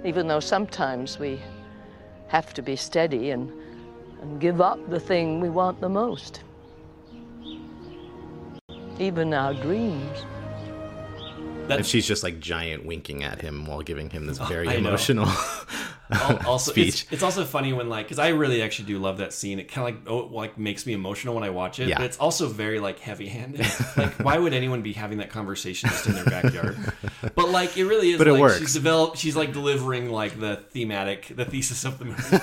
Even though sometimes we have to be steady and, and give up the thing we want the most even our dreams. and she's just like giant winking at him while giving him this very I know. emotional Al- also it's, speech. it's also funny when like because i really actually do love that scene it kind of like oh it, like makes me emotional when i watch it Yeah. but it's also very like heavy handed like why would anyone be having that conversation just in their backyard but like it really is But it like, works. she's developed she's like delivering like the thematic the thesis of the movie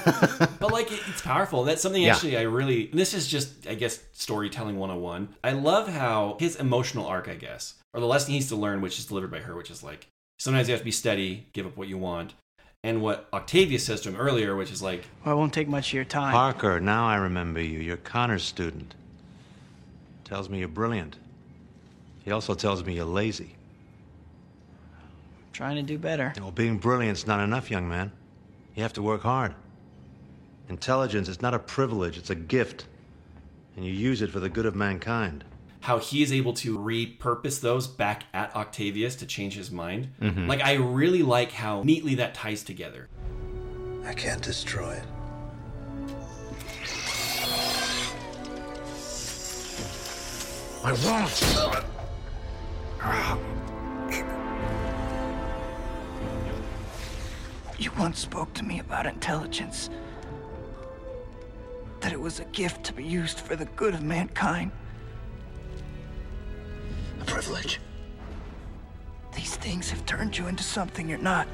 but like it, it's powerful that's something Yeah. actually i really this is just i guess storytelling 101 i love how his emotional arc i guess or the lesson he needs to learn which is delivered by her which is like sometimes you have to be steady give up what you want and what Octavia says to him earlier, which is like, Well, it won't take much of your time. Parker, now I remember you. You're Connor's student. Tells me you're brilliant. He also tells me you're lazy. Trying to do better. Well, being brilliant's not enough, young man. You have to work hard. Intelligence is not a privilege, it's a gift. And you use it for the good of mankind. how he is able to repurpose those back at Octavius to change his mind. Mhm. Like, I really like how neatly that ties together. I can't destroy it. I won't. You once spoke to me about intelligence. That it was a gift to be used for the good of mankind. A privilege. These things have turned you into something you're not.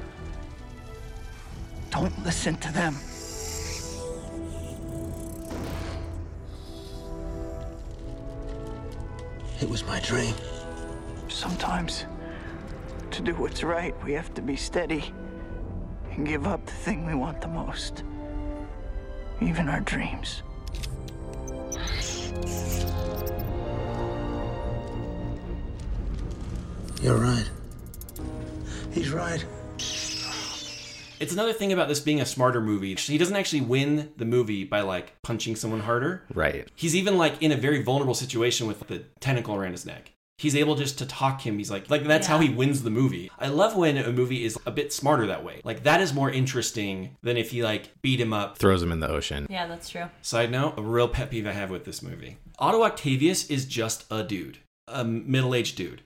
Don't listen to them. It was my dream. Sometimes, to do what's right, we have to be steady and give up the thing we want the most. Even our dreams. You're right. He's right. It's another thing about this being a smarter movie. He doesn't actually win the movie by like punching someone harder. Right. He's even like in a very vulnerable situation with the tentacle around his neck. He's able just to talk him. He's like, like that's how he wins the movie. I love when a movie is a bit smarter that way. Like that is more interesting than if he like beat him up, Throws him in the ocean. Yeah, that's true. Side note, a real pet peeve I have with this movie. Otto Octavius is just a dude, a middle aged dude.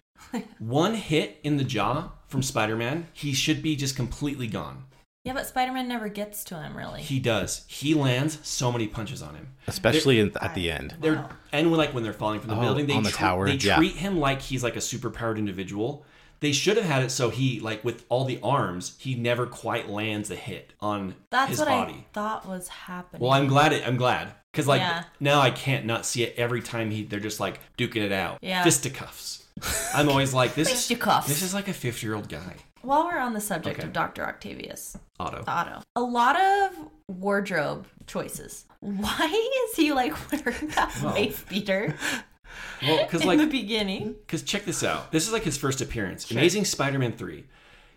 One hit in the jaw from Spider Man, he should be just completely gone. Yeah, but Spider Man never gets to him, really. He does. He lands so many punches on him. Especially in, at the end. They're, and when, like when they're falling from the Oh, building, they, on the tre- tower, they yeah. treat him like he's like a superpowered individual. They should have had it so he like with all the arms, he never quite lands a hit on That's his what body. I thought was happening. Well, I'm glad it. I'm glad because like Yeah. now I can't not see it every time he. They're just like duking it out. Yeah. Fisticuffs. I'm always like this. is- Fisticuffs. This is like a 50 year old guy. While we're on the subject Okay. of Dr. Octavius Otto. Otto, a lot of wardrobe choices. Why is he like wearing that Well. wife beater Well, because in like the beginning? Because check this out. This is like his first appearance. Amazing Spider Man 3.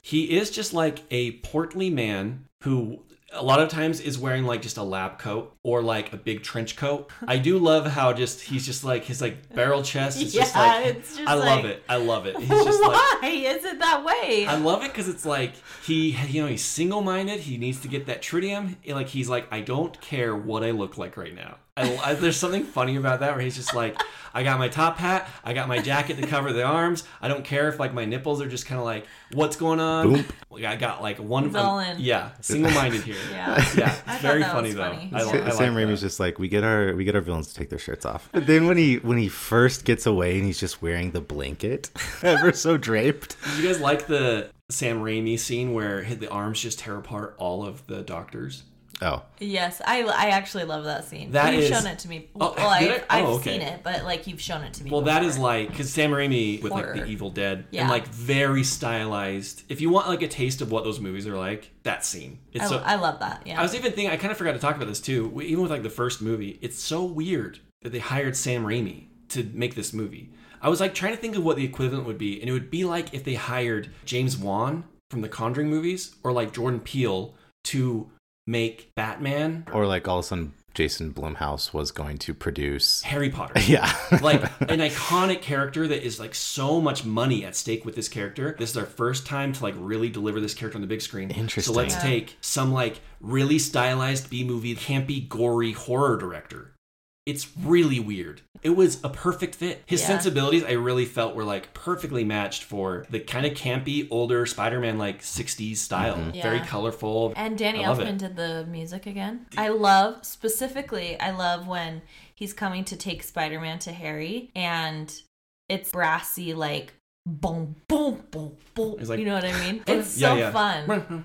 He is just like a portly man who a lot of times is wearing like just a lab coat or like a big trench coat. I do love how just he's just like his like barrel chest is just Yeah, like it's just I love like- it. I love it. He's just like Why is it that way? I love it because it's like he, you know, he's single-minded. He needs to get that tritium. And, Like he's like, I don't care what I look like right now. I, I- there's something funny about that where he's just like, I got my top hat, I got my jacket to cover the arms. I don't care if like my nipples are just kind of like, what's going on? Boop. Like, I got like one. It's all in. Yeah, single-minded here. Yeah. yeah. I It's thought very that funny was though. funny. I, Sa- li- I Sam like. Raimi's just like we get our we get our villains to take their shirts off. But then when he when he first gets away and he's just wearing the blanket, ever so draped. Did you guys like the Sam Raimi scene where his- the arms just tear apart all of the doctors? Oh, Yes, I, I actually love that scene. That you've is- shown it to me. Oh, well, did I've, I? I've Oh, okay. seen it, but like you've shown it to me. Well, that is like because Sam Raimi with like Horror. the Evil Dead Yeah. and like very stylized. If you want like a taste of what those movies are like, that scene. It's I, so. I love that. Yeah. I was even thinking. I kind of forgot to talk about this too. We- Even with like the first movie, it's so weird that they hired Sam Raimi to make this movie. I was like trying to think of what the equivalent would be, and it would be like if they hired James Wan from the Conjuring movies or like Jordan Peele to make Batman or like all of a sudden Jason Blumhouse was going to produce Harry Potter. Yeah. like an iconic character that is like so much money at stake with this character. This is our first time to like really deliver this character on the big screen. Interesting. So let's Yeah. take some like really stylized B movie, campy, gory horror director. It's really weird. It was a perfect fit. His Yeah. sensibilities, I really felt, were like perfectly matched for the kind of campy, older Spider Man, like 60s style. Mhm. Very Yeah. colorful. And Danny I love Elfman it. did the music again. I love specifically. I love when he's coming to take Spider-Man to Harry, and it's brassy, like boom, boom, boom, boom. It's like- you know what I mean? It's Yeah, so yeah. fun.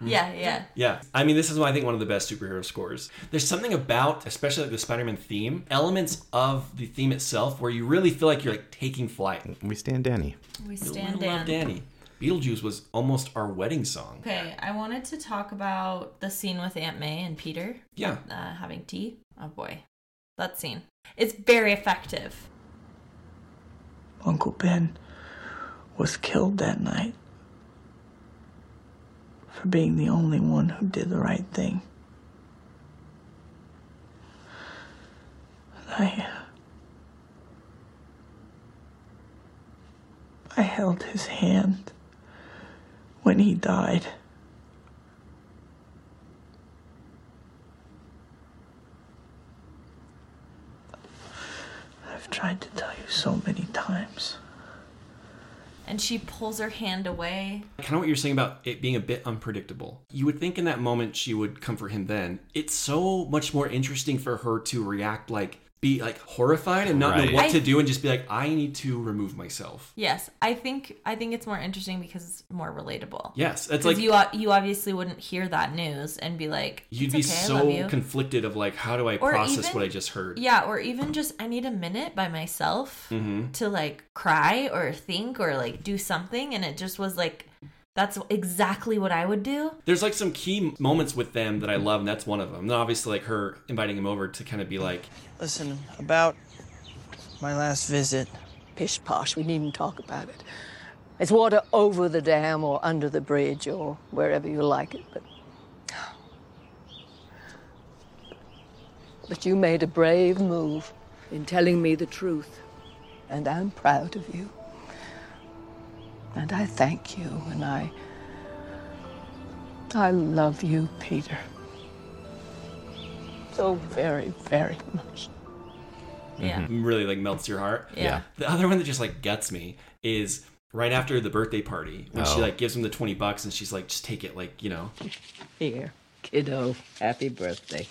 yeah, yeah. Yeah, I mean, this is I think one of the best superhero scores. There's something about, especially like the Spider-Man theme, elements of the theme itself, where you really feel like you're like taking flight. we stand Danny. We We stand love Dan. Danny. Beetlejuice was almost our wedding song. Okay, I wanted to talk about the scene with Aunt May and Peter. Yeah. Uh, having tea. Oh boy, that scene. It's very effective. Uncle Ben was killed that night for being the only one who did the right thing. And I. I held his hand when he died. I've tried to tell you so many times. And she pulls her hand away. Kind of what you're saying about it being a bit unpredictable. You would think in that moment she would comfort him. Then it's so much more interesting for her to react like be like horrified and not Right. know what I- to do and just be like, I need to remove myself. Yes, I think I think it's more interesting because it's more relatable. Yes, it's 'Cause like- you o- you obviously wouldn't hear that news and be like, You'd "It's be okay, I love so you." conflicted of like, how do I Or process even- what I just heard? Yeah, or even just I need a minute by myself Mhm. to like cry or think or like do something, and it just was like, that's exactly what I would do. there's like some key moments with them that I love, and that's one of them. And obviously, like her inviting him over to kind of be like, Listen, about my last visit. Pish posh, we needn't talk about it. It's water over the dam or under the bridge or wherever you like it, but. But you made a brave move in telling me the truth, and I'm proud of you. And I thank you, and I. I love you, Peter. So very, very much. Yeah. really like melts your heart. Yeah. The other one that just like guts me is right after the birthday party when she Oh. like gives him the twenty bucks and she's like, just take it, like you know. Here, kiddo, happy birthday.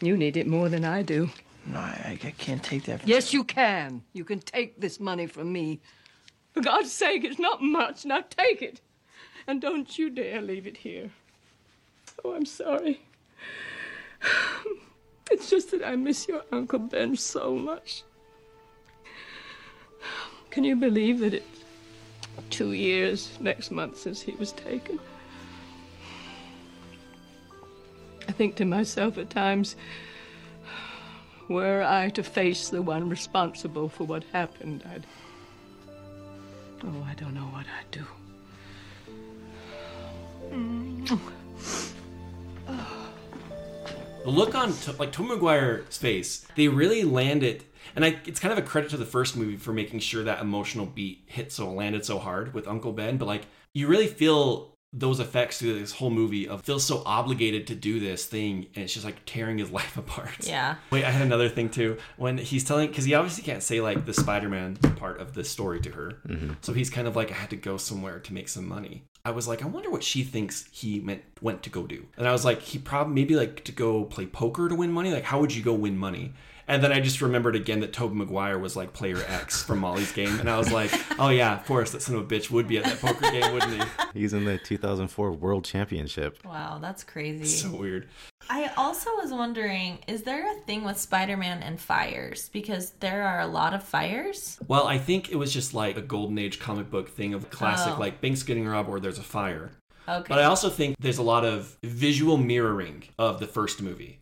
You need it more than I do. No, I, I can't take that. Yes, you can. You can take this money from me For God's sake, it's not much. Now take it. And don't you dare leave it here. Oh, I'm sorry. It's just that I miss your Uncle Ben so much. Can you believe that it's two years next month since he was taken? I think to myself at times, were I to face the one responsible for what happened, I'd. Oh, I don't know what I'd do. The look on T- like Tom McGuire's face, they really land it, and I, it's kind of a credit to the first movie for making sure that emotional beat hit so landed so hard with Uncle Ben. But like, you really feel those effects through this whole movie of feels so obligated to do this thing, and it's just like tearing his life apart. Yeah. Wait, I had another thing too. When he's telling, because he obviously can't say like the Spider-Man part of the story to her, Mhm. so he's kind of like, I had to go somewhere to make some money. I was like, I wonder what she thinks he meant went to go do. And I was like, he probably maybe like to go play poker to win money. Like, how would you go win money? And then I just remembered again that Tobey Maguire was like player X from Molly's game, and I was like, oh yeah, of course that son of a bitch would be at that poker game, wouldn't he? He's in the 2004 World Championship. Wow, that's crazy. So weird. I also was wondering, is there a thing with Spider-Man and fires? Because there are a lot of fires. Well, I think it was just like a golden age comic book thing of classic, Oh. like banks getting robbed or there's a fire. Okay. But I also think there's a lot of visual mirroring of the first movie.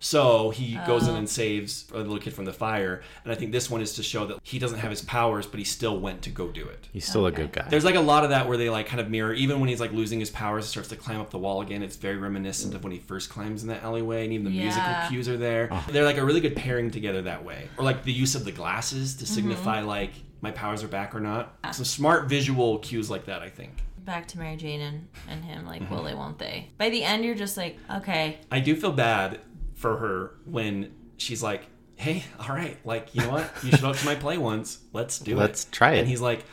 So he goes in Oh. and saves a little kid from the fire, and I think this one is to show that he doesn't have his powers, but he still went to go do it. He's still a good guy. There's like a lot of that where they like kind of mirror, even when he's like losing his powers, he starts to climb up the wall again. It's very reminiscent of when he first climbs in that alleyway, and even the Yeah. musical cues are there. They're like a really good pairing together that way. Or like the use of the glasses to Mhm. signify like my powers are back or not. Some smart visual cues like that, I think. Back to Mary Jane and, and him, like, will Mhm. they, won't they? By the end, you're just like, okay, I do feel bad for her when she's like, "Hey, all right, like you know what? You showed up to my play once. Let's do it. Let's try it." And he's like,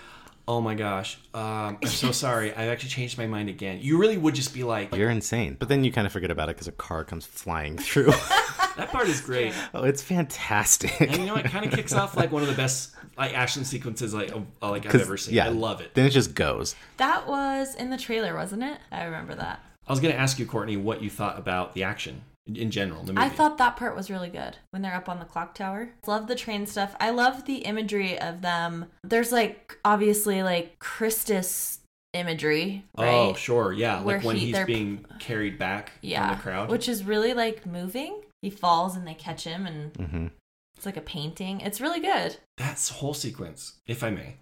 "Oh my gosh, um, I'm so sorry. I've actually changed my mind again. You really would just be like, You're insane. But then you kind of forget about it because a car comes flying through. that part is great. oh, it's fantastic. And you know, it kind of kicks off like one of the best like action sequences like of- uh, like I've 'Cause, ever seen. I love it. Then it just goes. that was in the trailer, wasn't it? I remember that. I was going to ask you, Courtney, what you thought about the action in- in general. in The movie. I thought that part was really good when they're up on the clock tower. Love the train stuff. I love the imagery of them. There's like obviously like Christus imagery, right? Oh sure, yeah. Where like when he- he's they're- being carried back yeah, from the crowd, which is really like moving. He falls and they catch him, and mm-hmm. it's like a painting. It's really good. that whole sequence, if I may,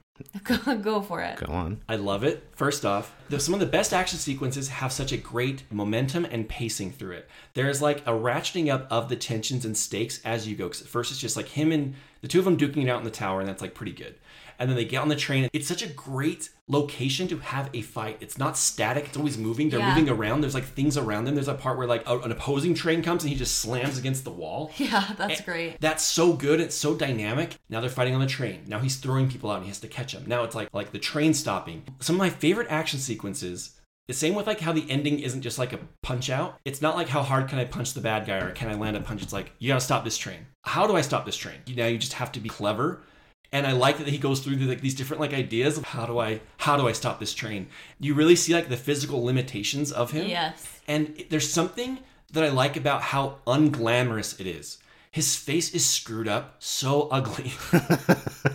go, go for it. Go on. I love it. First off, the, some of the best action sequences have such a great momentum and pacing through it. There's like a ratcheting up of the tensions and stakes as you go. 'Cause at first, it's just like him and the two of them duking it out in the tower, and that's like pretty good. And then they get on the train. It's such a great location to have a fight. It's not static. It's always moving. They're Yeah. moving around. There's like things around them. There's a part where like a- an opposing train comes and he just slams against the wall. Yeah, that's Eh. great. That's so good. It's so dynamic. Now they're fighting on the train. Now he's throwing people out and he has to catch them. Now it's like like the train stopping. Some of my favorite action sequences. The same with like how the ending isn't just like a punch out. It's not like how hard can I punch the bad guy or can I land a punch. It's like you gotta stop this train. How do I stop this train? You- Now you just have to be clever. And I like that he goes through the, like these different like ideas of how do I how do I stop this train. You really see like the physical limitations of him. Yes. And it- there's something that I like about how unglamorous it is. His face is screwed up, so ugly.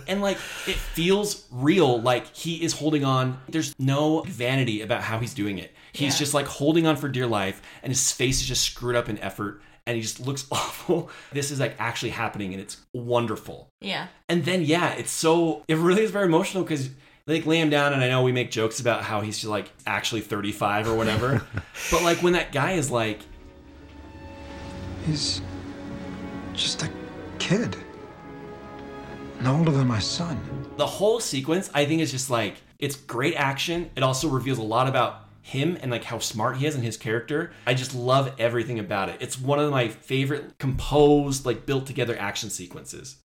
and like it feels real, like he is holding on. There's no vanity about how he's doing it. He's Yeah. just like holding on for dear life, and his face is just screwed up in effort, and he just looks awful. This is like actually happening, and it's wonderful. Yeah. And then yeah, it's so it really is very emotional because they like lay him down, and I know we make jokes about how he's just like actually 35 or whatever, but like when that guy is like, He's just a kid. No older than my son. the whole sequence I think is just like it's great action. It also reveals a lot about him and like how smart he is and his character. I just love everything about it. It's one of my favorite composed, like built together action sequences.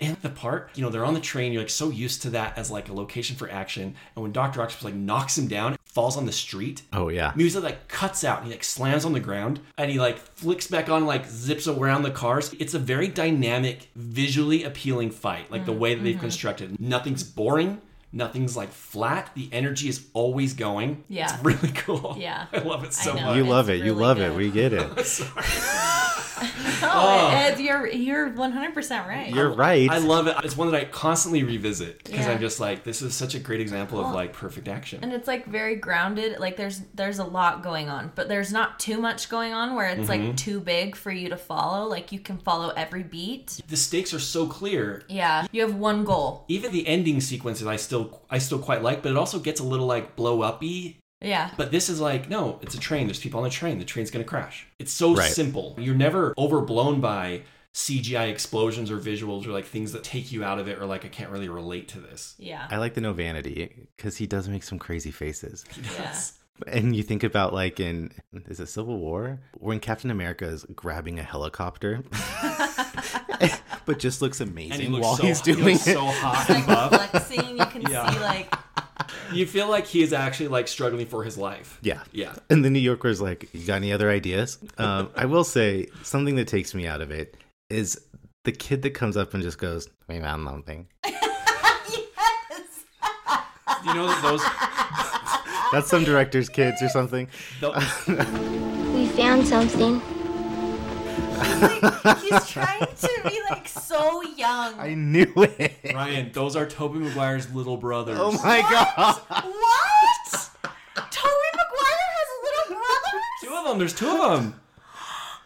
And the part, you know, they're on the train, you're like so used to that as like a location for action. And when Dr. Octopus like knocks him down, falls on the street, Oh, yeah. Music like cuts out and he like slams on the ground and he like flicks back on like zips around the cars. It's a very dynamic, visually appealing fight. Like the way that they've Mhm. constructed. Nothing's boring. Nothing's like flat. The energy is always going. Yeah. It's really cool. Yeah. I love it so I know. much. you love it. you love it. We get it. No, Oh. Ed, you're you're 100 percent right. You're right. I love it. It's one that I constantly revisit because Oh. Yeah. I'm just like, this is such a great example of Well, like perfect action. and it's like very grounded. Like there's there's a lot going on, but there's not too much going on where it's Mhm. Mm-hmm. like too big for you to follow. Like you can follow every beat. The stakes are so clear. Yeah, you have one goal. Even the ending sequences, I still I still quite like, but it also gets a little like blow uppy. Yeah. But this is like, no, it's a train. There's people on the train. The train's gonna crash. It's so Right. simple. You're never overblown by CGI explosions or visuals or like things that take you out of it or like I can't really relate to this. Yeah. I like the no vanity because he does make some crazy faces. Yeah. And you think about like in is it Civil War when Captain America is grabbing a helicopter, but just looks amazing And he looks while so- he's he doing looks it. so hot and buff. Seeing you can Yeah. see like You feel like he is actually like struggling for his life. Yeah. Yeah. And the New Yorker's like, you got any other ideas? Um, I will say something that takes me out of it is the kid that comes up and just goes, we found something. You know that those That's some director's kids or something. We found something. he's trying to be like so young. I knew it. Ryan, those are Toby Maguire's little brothers. Oh my god. What? Toby Maguire has little brothers? Two of them. There's two of them.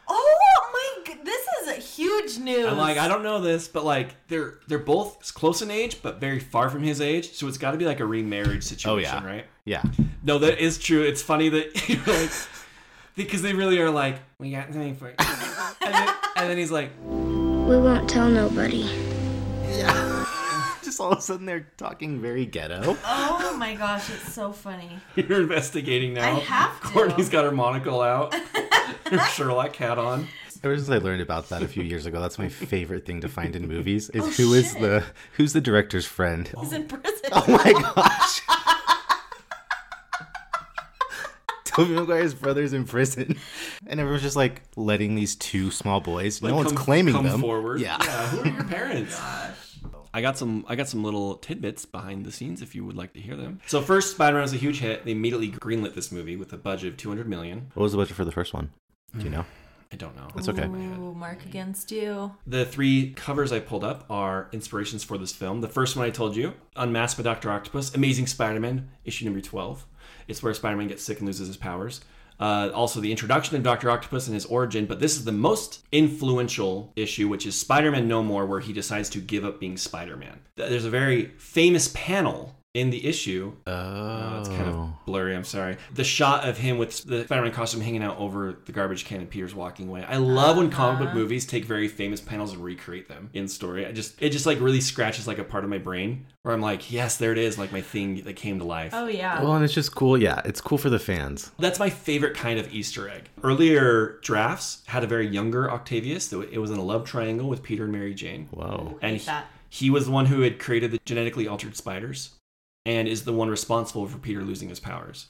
Oh my! g- This is huge news. I'm like, I don't know this, but like they're they're both close in age, but very far from his age. So it's got to be like a remarriage situation, Oh, yeah. right? Yeah. No, that is true. It's funny that you're like, because they really are like, we got something for you. And then, and then he's like, We won't tell nobody. Just all of a sudden they're talking very ghetto. Oh my gosh, it's so funny. you're investigating now. I have to. Courtney's got her monocle out, her Sherlock hat on. Ever since I learned about that a few years ago, that's my favorite thing to find in movies is who is the who's the director's friend. He's in prison. Oh my gosh. Toby Maguire's brother's in prison. And everyone's just like letting these two small boys. Like, no one's come- claiming come them. forward. Yeah. Who are your parents? I got some. I got some little tidbits behind the scenes if you would like to hear them. So first, Spider-Man was a huge hit. They immediately greenlit this movie with a budget of 200 million. What was the budget for the first one? Do you know? I don't know. That's okay. Ooh, mark against you. The three covers I pulled up are inspirations for this film. The first one I told you, Unmasked by Dr. Octopus, Amazing Spider Man, issue number 12. It's where Spider Man gets sick and loses his powers. Uh, also, the introduction of Dr. Octopus and his origin, but this is the most influential issue, which is Spider Man No More, where he decides to give up being Spider Man. There's a very famous panel in the issue. Oh. it's kind of blurry, I'm sorry. The shot of him with the Spider Man costume hanging out over the garbage can and Peter's walking away. I love when comic book Uh-huh. movies take very famous panels and recreate them in story. I just it just like really scratches like a part of my brain where I'm like, yes, there it is, like my thing that came to life. Oh yeah. Well, and it's just cool. Yeah, it's cool for the fans. That's my favorite kind of Easter egg. Earlier drafts had a very younger Octavius. that It was in a love triangle with Peter and Mary Jane. Wow. And Hate he, that. he was the one who had created the genetically altered spiders and is the one responsible for Peter losing his powers.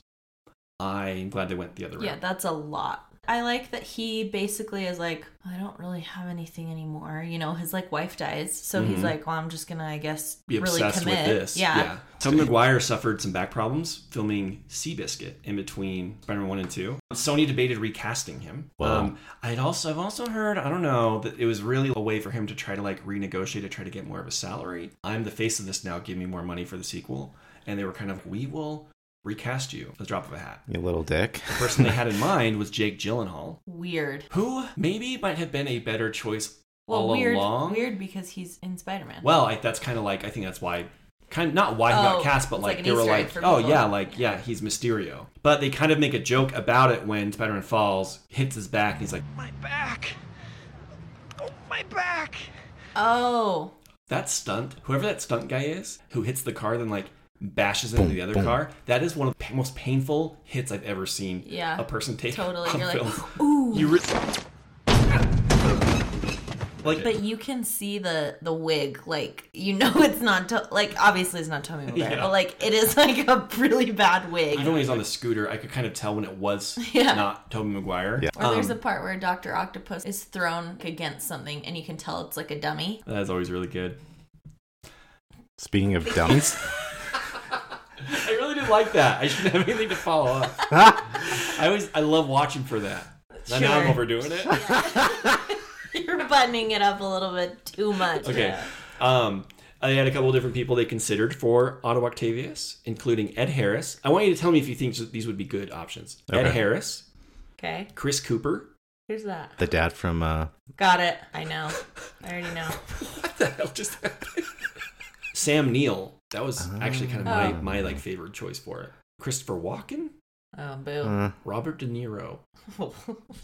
I'm glad they went the other Yeah, route. that's a lot. I like that he basically is like, I don't really have anything anymore. You know, his like wife dies, so he's Mhm. like, well, I'm just gonna, I guess, Be really obsessed commit. with this. Yeah. Tom McGuire suffered some back problems filming Seabiscuit in between Spider-Man 1 and 2. Sony debated recasting him. Um, Wow. I'd also I've also heard, I don't know, that it was really a way for him to try to like renegotiate to try to get more of a salary. I'm the face of this now, give me more money for the sequel. And they were kind of, we will recast you at the drop of a hat. You little dick. The person they had in mind was Jake Gyllenhaal, Weird. who maybe might have been a better choice Well, all weird. along. Weird because he's in Spider Man. Well, I, that's kind of like I think that's why, kind of not why he Oh, got cast, but it's like, like an they were Easter egg like, for oh people. yeah, like yeah, he's Mysterio. But they kind of make a joke about it when Spider-Man falls, hits his back, and he's like, My back! oh, that stunt, whoever that stunt guy is, who hits the car, then like bashes Boom, into the other boom. car. That is one of the pa- most painful hits I've ever seen. Yeah. a person take Totally. on You're like, film. ooh. You re- like But you can see the the wig, like you know it's not to- like obviously it's not Tommy Maguire, Yeah. but like it is like a really bad wig. Even when he's on the scooter, I could kind of tell when it was Yeah. not Toby Maguire. Or there's a Um, part where Doctor Octopus is thrown against something, and you can tell it's like a dummy. That's always really good. Speaking of dummies, really like that. I shouldn't have anything to follow up. I always, I love watching for that. Now I'm Sure. overdoing it. You're buttoning it up a little bit too much. Okay. Um, I had a couple of different people they considered for Otto Octavius, including Ed Harris. I want you to tell me if you think these would be good options. Ed Okay. Harris, Okay. Chris Cooper. Here's that. The dad from uh, Got it. I know. I already know. what the hell just happened? Sam Neill. That was actually kind of my, Oh. my like favorite choice for it. Christopher Walken, Oh, Uh. boo. Robert De Niro.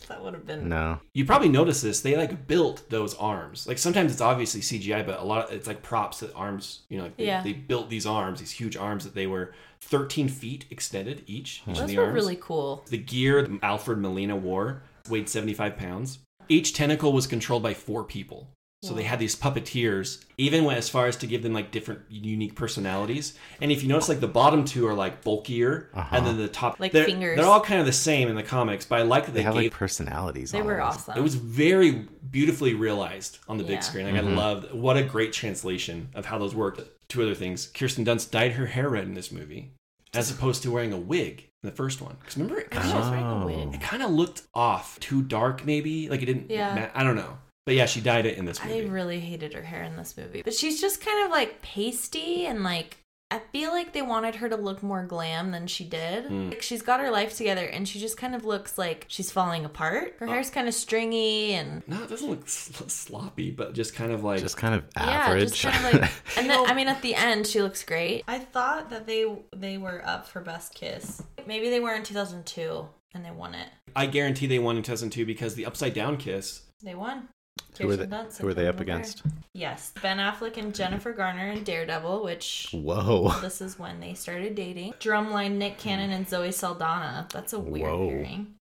that would have been. No. You probably noticed this. They like built those arms. Like sometimes it's obviously CGI, but a lot of it's like props that arms, you know, like they, Yeah. they built these arms, these huge arms that they were 13 feet extended each. each of Those the were arms. really cool. The gear that Alfred Molina wore weighed 75 pounds. Each tentacle was controlled by four people. So they Wow. had these puppeteers, even went as far as to give them like different unique personalities. And if you notice, like the bottom two are like bulkier, Uh-huh. and then the top Like they're, fingers. They're all kind of the same in the comics, but I like that they they, have gave like personalities. They on were them. awesome. it was very beautifully realized on the Yeah. big screen. Like I Mhm. loved what a great translation of how those worked. Two other things: Kirsten Dunst dyed her hair red in this movie, as opposed to wearing a wig in the first one. Because remember, it kind, Oh. of, it kind of looked off, too dark, maybe. Like it didn't. Yeah. ma- I don't know. But yeah, she dyed it in this I movie. really hated her hair in this movie. But she's just kind of like pasty and like I feel like they wanted her to look more glam than she did. Hmm. Mm. Like she's got her life together and she just kind of looks like she's falling apart. Oh. Her hair's kind of stringy and no, it doesn't look sl- sloppy, but just kind of like Just kind of yeah, average. just kind of like and then I mean at the end she looks great. I thought that they they were up for best kiss. Maybe they were in 2002 and they won it. I guarantee they won in 2002 because the upside down kiss. They won. Who were they- Kirsten Dunst who were they and up Colin against? Farrell. Yes, Ben Affleck and Jennifer Garner in Daredevil, which Whoa. this is when they started dating. Drumline Nick Cannon and Zoe Saldana. That's a weird Whoa. pairing.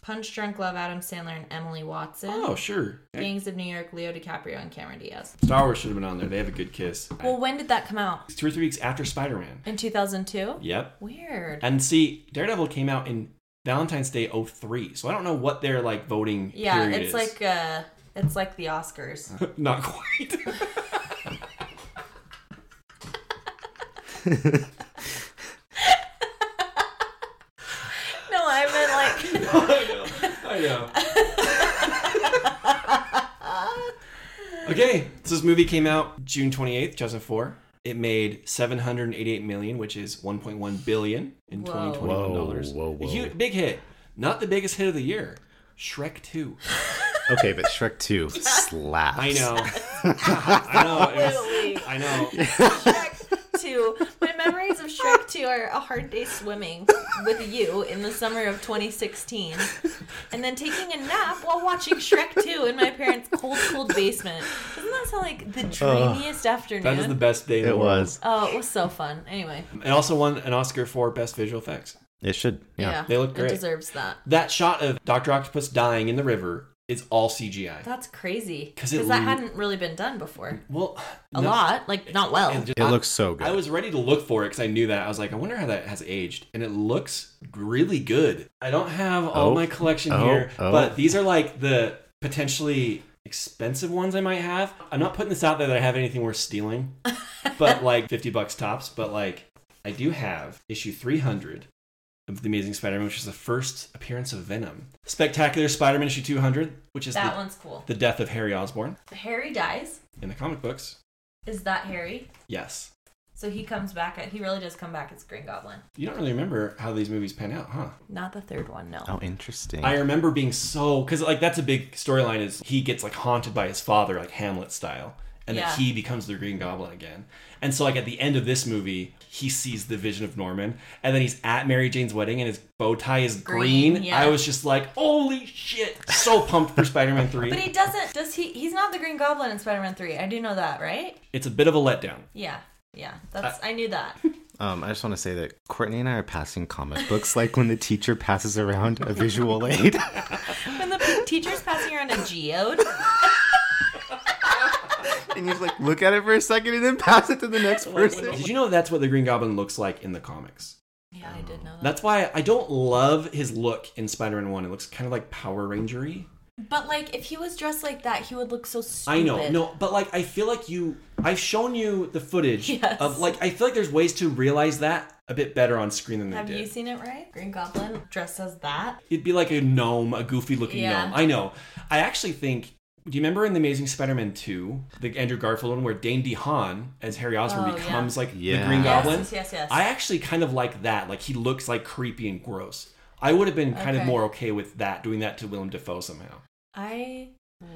Punch Drunk Love Adam Sandler and Emily Watson. Oh sure, Gangs of New York Leo DiCaprio and Cameron Diaz. Star Wars should have been on there. They have a good kiss. Well, when did that come out? Two or three weeks after Spider Man. In 2002? Yep. Weird. And see, Daredevil came out in Valentine's Day 03, so I don't know what their like voting yeah, period it's is. like uh it's like the Oscars. not quite. No, I meant like I know. okay, so this movie came out June 28th, 2004. It made 788 million, which is 1.1 billion in Whoa. 2021 dollars. Whoa, whoa, A hu- whoa. big hit. Not the biggest hit of the year. Shrek 2. okay, but Shrek 2 slaps. I know. I know. it was- Absolutely. I know. Shrek 2. My memories of Shrek 2 are a hard day swimming with you in the summer of 2016, and then taking a nap while watching Shrek 2 in my parents' cold, cold basement. Doesn't that sound like the dreamiest afternoon? That was the best day in the It world. was. Oh, it was so fun. Anyway, It also won an Oscar for Best Visual Effects. It should. yeah, Yeah. They look great. It deserves that. That shot of Dr. Octopus dying in the river is all CGI. That's crazy 'Cause because it that l- hadn't really been done before. Well, A no- lot, like not well. and just- It looks so good. I was ready to look for it because I knew that. I was like, I wonder how that has aged. And it looks really good. I don't have all Oh. my collection Oh. here, Oh. but these are like the potentially expensive ones I might have. I'm not putting this out there that I have anything worth stealing, but like 50 bucks tops. But like, I do have issue 300 of The Amazing Spider Man, which is the first appearance of Venom. Spectacular Spider Man issue 200, which is that the, one's cool. the death of Harry Osborn Harry dies. in the comic books. Is that Harry? Yes. So he comes back. He really does come back as Green Goblin. You don't really remember how these movies pan out, huh? Not the third one, no. Oh, interesting. I remember being so because like that's a big storyline is he gets like haunted by his father like Hamlet style, and Yeah. then he becomes the Green Goblin again. And so like at the end of this movie, he sees the vision of Norman, and then he's at Mary Jane's wedding, and his bow tie is green. Green, yeah. I was just like, holy shit! So pumped for Spider-Man Three. But he doesn't. Does he? He's not the Green Goblin in Spider-Man Three. I do know that, right? It's a bit of a letdown. Yeah, yeah. Uh. That's. I knew that. Um, I just want to say that Courtney and I are passing comic books like when the teacher passes around a visual aid. When the teacher's passing around a geode. and you just like look at it for a second and then pass it to the next person. Did you know that's what the Green Goblin looks like in the comics? Yeah, I did know that. That's why I don't love his look in Spider-Man One. It looks kind of like Power Rangery. But like, if he was dressed like that, he would look so stupid. I know, no, but like I feel like you. I've shown you the footage Yes. of like I feel like there's ways to realize that a bit better on screen than they Have did. you seen it right? Green Goblin dressed as that. It'd be like a gnome, a goofy looking Yeah. gnome. I know. I actually think. Do you remember in the Amazing Spider-Man two, the Andrew Garfield one, where Dane DeHaan as Harry Osborn Oh, yeah. becomes like the Yeah. Green Yes, Goblin? yes, yes, yes. I actually kind of like that. Like he looks like creepy and gross. I would have been kind of Okay. more okay with that doing that to Willem Dafoe somehow. I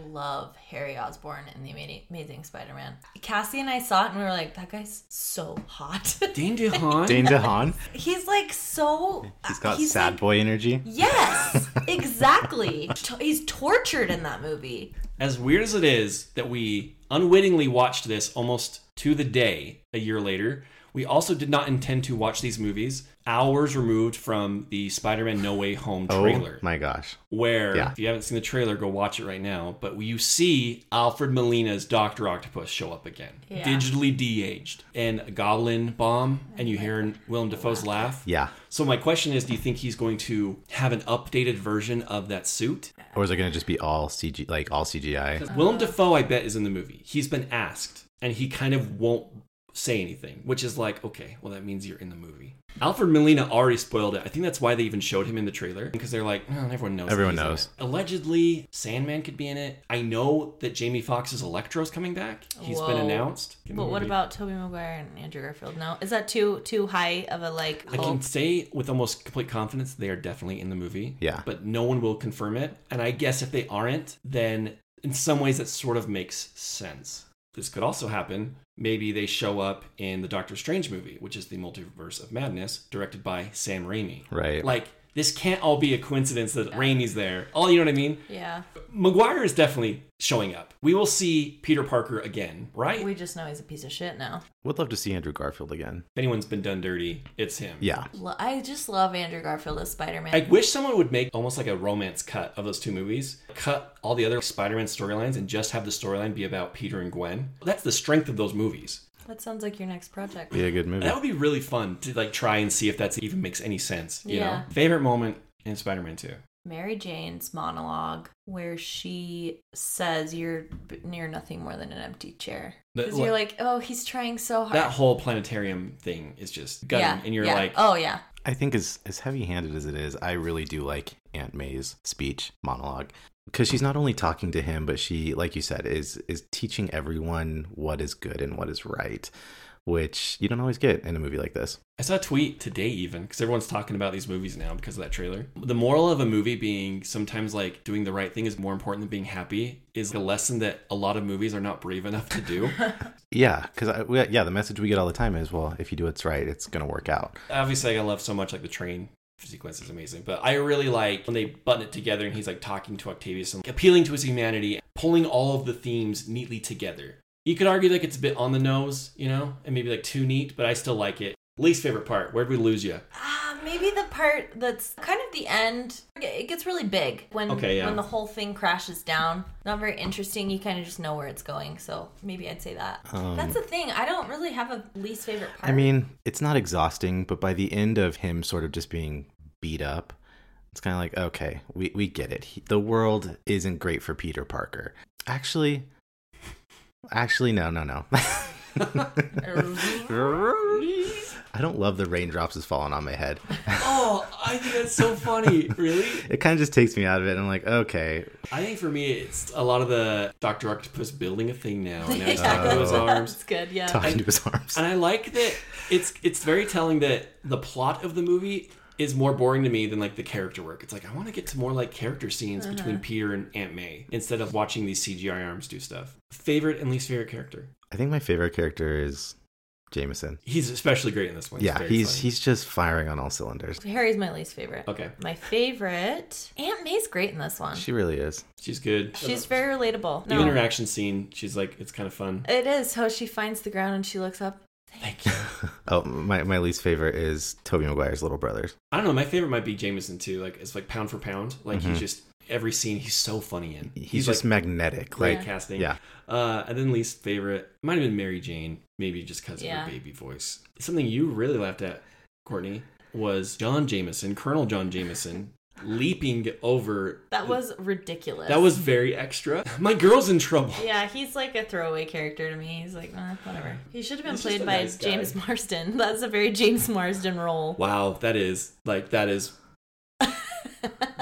love Harry Osborn in the Amazing, Amazing Spider-Man. Cassie and I saw it and we were like, that guy's so hot. Dane DeHaan. Dane DeHaan. He's like so. He's got He's sad boy energy. Yes, exactly. To- He's tortured in that movie. As weird as it is that we unwittingly watched this almost to the day a year later, we also did not intend to watch these movies hours removed from the Spider Man No Way Home trailer. Oh my gosh. Where, Yeah. if you haven't seen the trailer, go watch it right now. But you see Alfred Molina's Dr. Octopus show up again, Yeah. digitally de aged, and a goblin bomb, and you hear Willem Dafoe's laugh. Yeah. So, my question is do you think he's going to have an updated version of that suit? Or is it gonna just be all CG like all CGI? Because Willem Dafoe, I bet, is in the movie. He's been asked, and he kind of won't say anything, which is like, okay, well, that means you're in the movie. Alfred Molina already spoiled it. I think that's why they even showed him in the trailer because they're like, no, everyone knows. that Everyone he's in knows. it." Allegedly, Sandman could be in it. I know that Jamie Foxx's Electro's coming back. He's He's been announced. in the But what movie. about Toby Maguire and Andrew Garfield? No, is that too too high of a like? I can hope? say with almost complete confidence they are definitely in the movie. Yeah. But no one will confirm it. And I guess if they aren't, then in some ways that sort of makes sense. This could also happen. Maybe they show up in the Doctor Strange movie, which is the Multiverse of Madness, directed by Sam Raimi. Right. Like, this can't all be a coincidence that Raimi's there. All you know what I mean? Yeah, McGuire is definitely showing up. We will see Peter Parker again, right? We just know he's a piece of shit now. Would love to see Andrew Garfield again. If anyone's been done dirty, it's him. Yeah. Lo- I just love Andrew Garfield as Spider Man. I wish someone would make almost like a romance cut of those two movies. Cut all the other Spider-Man storylines and just have the storyline be about Peter and Gwen. That's the strength of those movies. That sounds like your next project. Be a good movie. That would be really fun to like try and see if that even makes any sense. You Yeah. know, favorite moment in Spider-Man Two. Mary Jane's monologue where she says you're b- near nothing more than an empty chair That- because you're what- like oh he's trying so hard That whole planetarium thing is just gutting, Yeah, and you're yeah. like, oh yeah I think as as heavy handed as it is, I really do like Aunt May's speech monologue because she's not only talking to him, but she, like you said, is is teaching everyone what is good and what is right, which you don't always get in a movie like this. I saw a tweet today, even because everyone's talking about these movies now because of that trailer. The moral of a movie being sometimes like doing the right thing is more important than being happy is a lesson that a lot of movies are not brave enough to do. Yeah, because yeah, the message we get all the time is, well, if you do what's right, it's gonna work out. Obviously, I love so much like the train sequence is amazing, but I really like when they button it together and he's like talking to Octavius and like, appealing to his humanity, pulling all of the themes neatly together. You could argue like it's a bit on the nose, you know, and maybe like too neat, but I still like it. Least favorite part, where'd we lose you? Uh, maybe the part that's kind of the end it gets really big when Okay, yeah. when the whole thing crashes down not very interesting you kind of just know where it's going so maybe i'd say that Um, that's the thing i don't really have a least favorite part I mean, it's not exhausting, but by the end of him sort of just being beat up, it's kind of like, okay, we, we get it. He, the world isn't great for Peter Parker. Actually, actually, no, no, no. I don't love the raindrops is falling on my head. oh, I think that's so funny. Really? It kind of just takes me out of it. I'm like, okay, I think for me, it's a lot of the Doctor Octopus building a thing now, and now he's Yeah. talking to his Oh. arms. That's good, yeah. Talking And- to his arms. And I like that it's it's very telling that the plot of the movie is more boring to me than like the character work. It's like I want to get to more like character scenes Uh-huh. between Peter and Aunt May instead of watching these CGI arms do stuff. Favorite and least favorite character. I think my favorite character is Jameson. He's especially great in this one. Yeah, very he's funny. he's just firing on all cylinders. harry's my least favorite Okay. my favorite aunt may's great in this one She really is. She's good. she's very relatable the no interaction scene. She's like it's kind of fun. it is how she finds the ground and she looks up Oh, my, my least favorite is Toby Maguire's little brother. I don't know. My favorite might be Jameson too. Like it's like pound for pound. Like Mhm. he's just every scene he's so funny in. He's, just magnetic. great Like casting. Yeah. Uh, and then least favorite might have been Mary Jane, maybe just because Yeah. of her baby voice. Something you really laughed at, Courtney, was John Jameson, Colonel John Jameson, leaping over. That was ridiculous. That was very extra. My girl's in trouble. Yeah, he's like a throwaway character to me. He's like, eh, whatever. He should have been He's just played a by nice guy. James Marsden. That's a very James Marsden role. Wow, that is like that is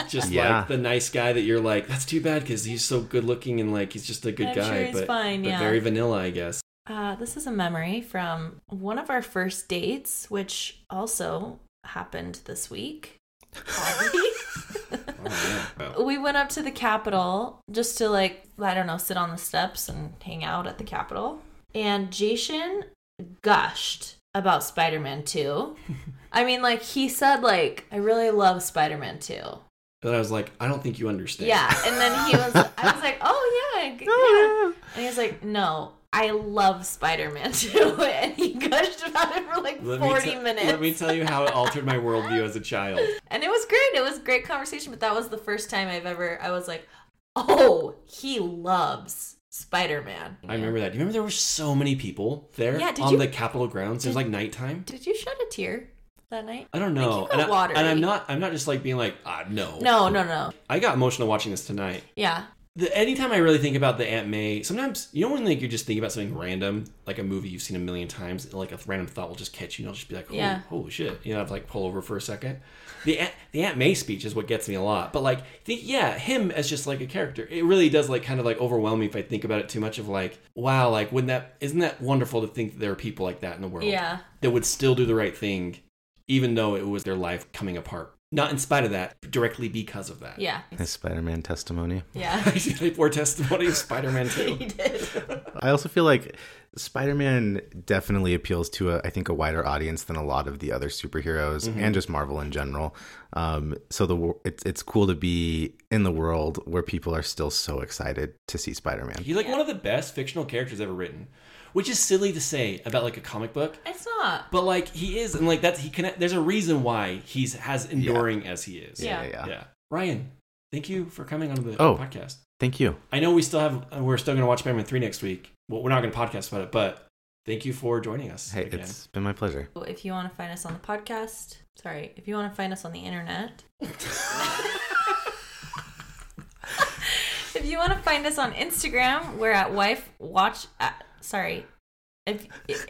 just Yeah. like the nice guy that you're like. That's too bad because he's so good looking and like he's just a good I'm guy, sure he's but fine, but yeah. very vanilla, I guess. Uh, this is a memory from one of our first dates, which also happened this week. Oh, we went up to the Capitol just to like I don't know, sit on the steps and hang out at the Capitol. And Jason gushed about Spider-Man 2. I mean, like he said, like I really love Spider-Man 2. And I was like, I don't think you understand. Yeah, and then he was, I was like, oh yeah, g- yeah. and he's like, no, I love Spider-Man 2. and he gushed about it for like Let me 40 te- minutes. Let me tell you how it altered my worldview as a child. And it was great. It was a great conversation, but that was the first time I've ever I was like, "Oh, he loves Spider-Man." I remember that. Do you remember there were so many people there Yeah, did on you- the Capitol grounds? It was like nighttime. Did you shed a tear that night? I don't know. got and, I, watery. am not. I'm not just like being like, ah, no. No, no, no. I got emotional watching this tonight. Yeah. The, anytime I really think about the Aunt May, sometimes you know when like you just think about something random, like a movie you've seen a million times, and, like a random thought will just catch you, and I'll just be like, holy, Yeah. holy shit, you know, I've like pull over for a second. The Aunt, the Aunt May speech is what gets me a lot, but like, think, yeah, him as just like a character, it really does like kind of like overwhelm me if I think about it too much. Of like, wow, like wouldn't that isn't that wonderful to think that there are people like that in the world? Yeah. that would still do the right thing, even though it was their life coming apart. Not in spite of that, directly because of that. Yeah. His Spider Man testimony. Yeah. they pour testimony of Spider Man 2. he did. I also feel like Spider Man definitely appeals to, a, I think, a wider audience than a lot of the other superheroes Mhm. and just Marvel in general. Um, so the wor- it's it's cool to be in the world where people are still so excited to see Spider Man. He's like one of the best fictional characters ever written, which is silly to say about like a comic book. It's not. But like he is, and like that's he connect. There's a reason why he's as enduring as he is. Yeah, yeah, yeah, yeah. Ryan, thank you for coming on the Oh. podcast. Thank you. I know we still have uh, we're still going to watch Spider Man three next week. Well, we're not going to podcast about it, but thank you for joining us. Hey, again. it's been my pleasure. Well, If you want to find us on the podcast, sorry, if you want to find us on the internet, if you want to find us on Instagram, we're at wife watch. Uh, sorry, if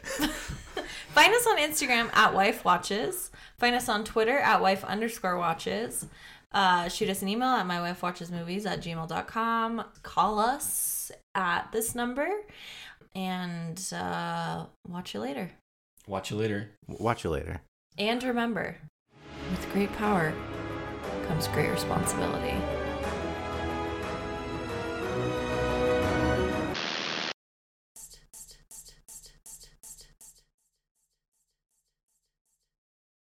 find us on Instagram at wife watches. Find us on Twitter at wife underscore watches. Uh, shoot us an email at my wife watches movies at gmail.com. Call us at this number and uh, watch you later. Watch you later. Watch you later. And remember, with great power comes great responsibility.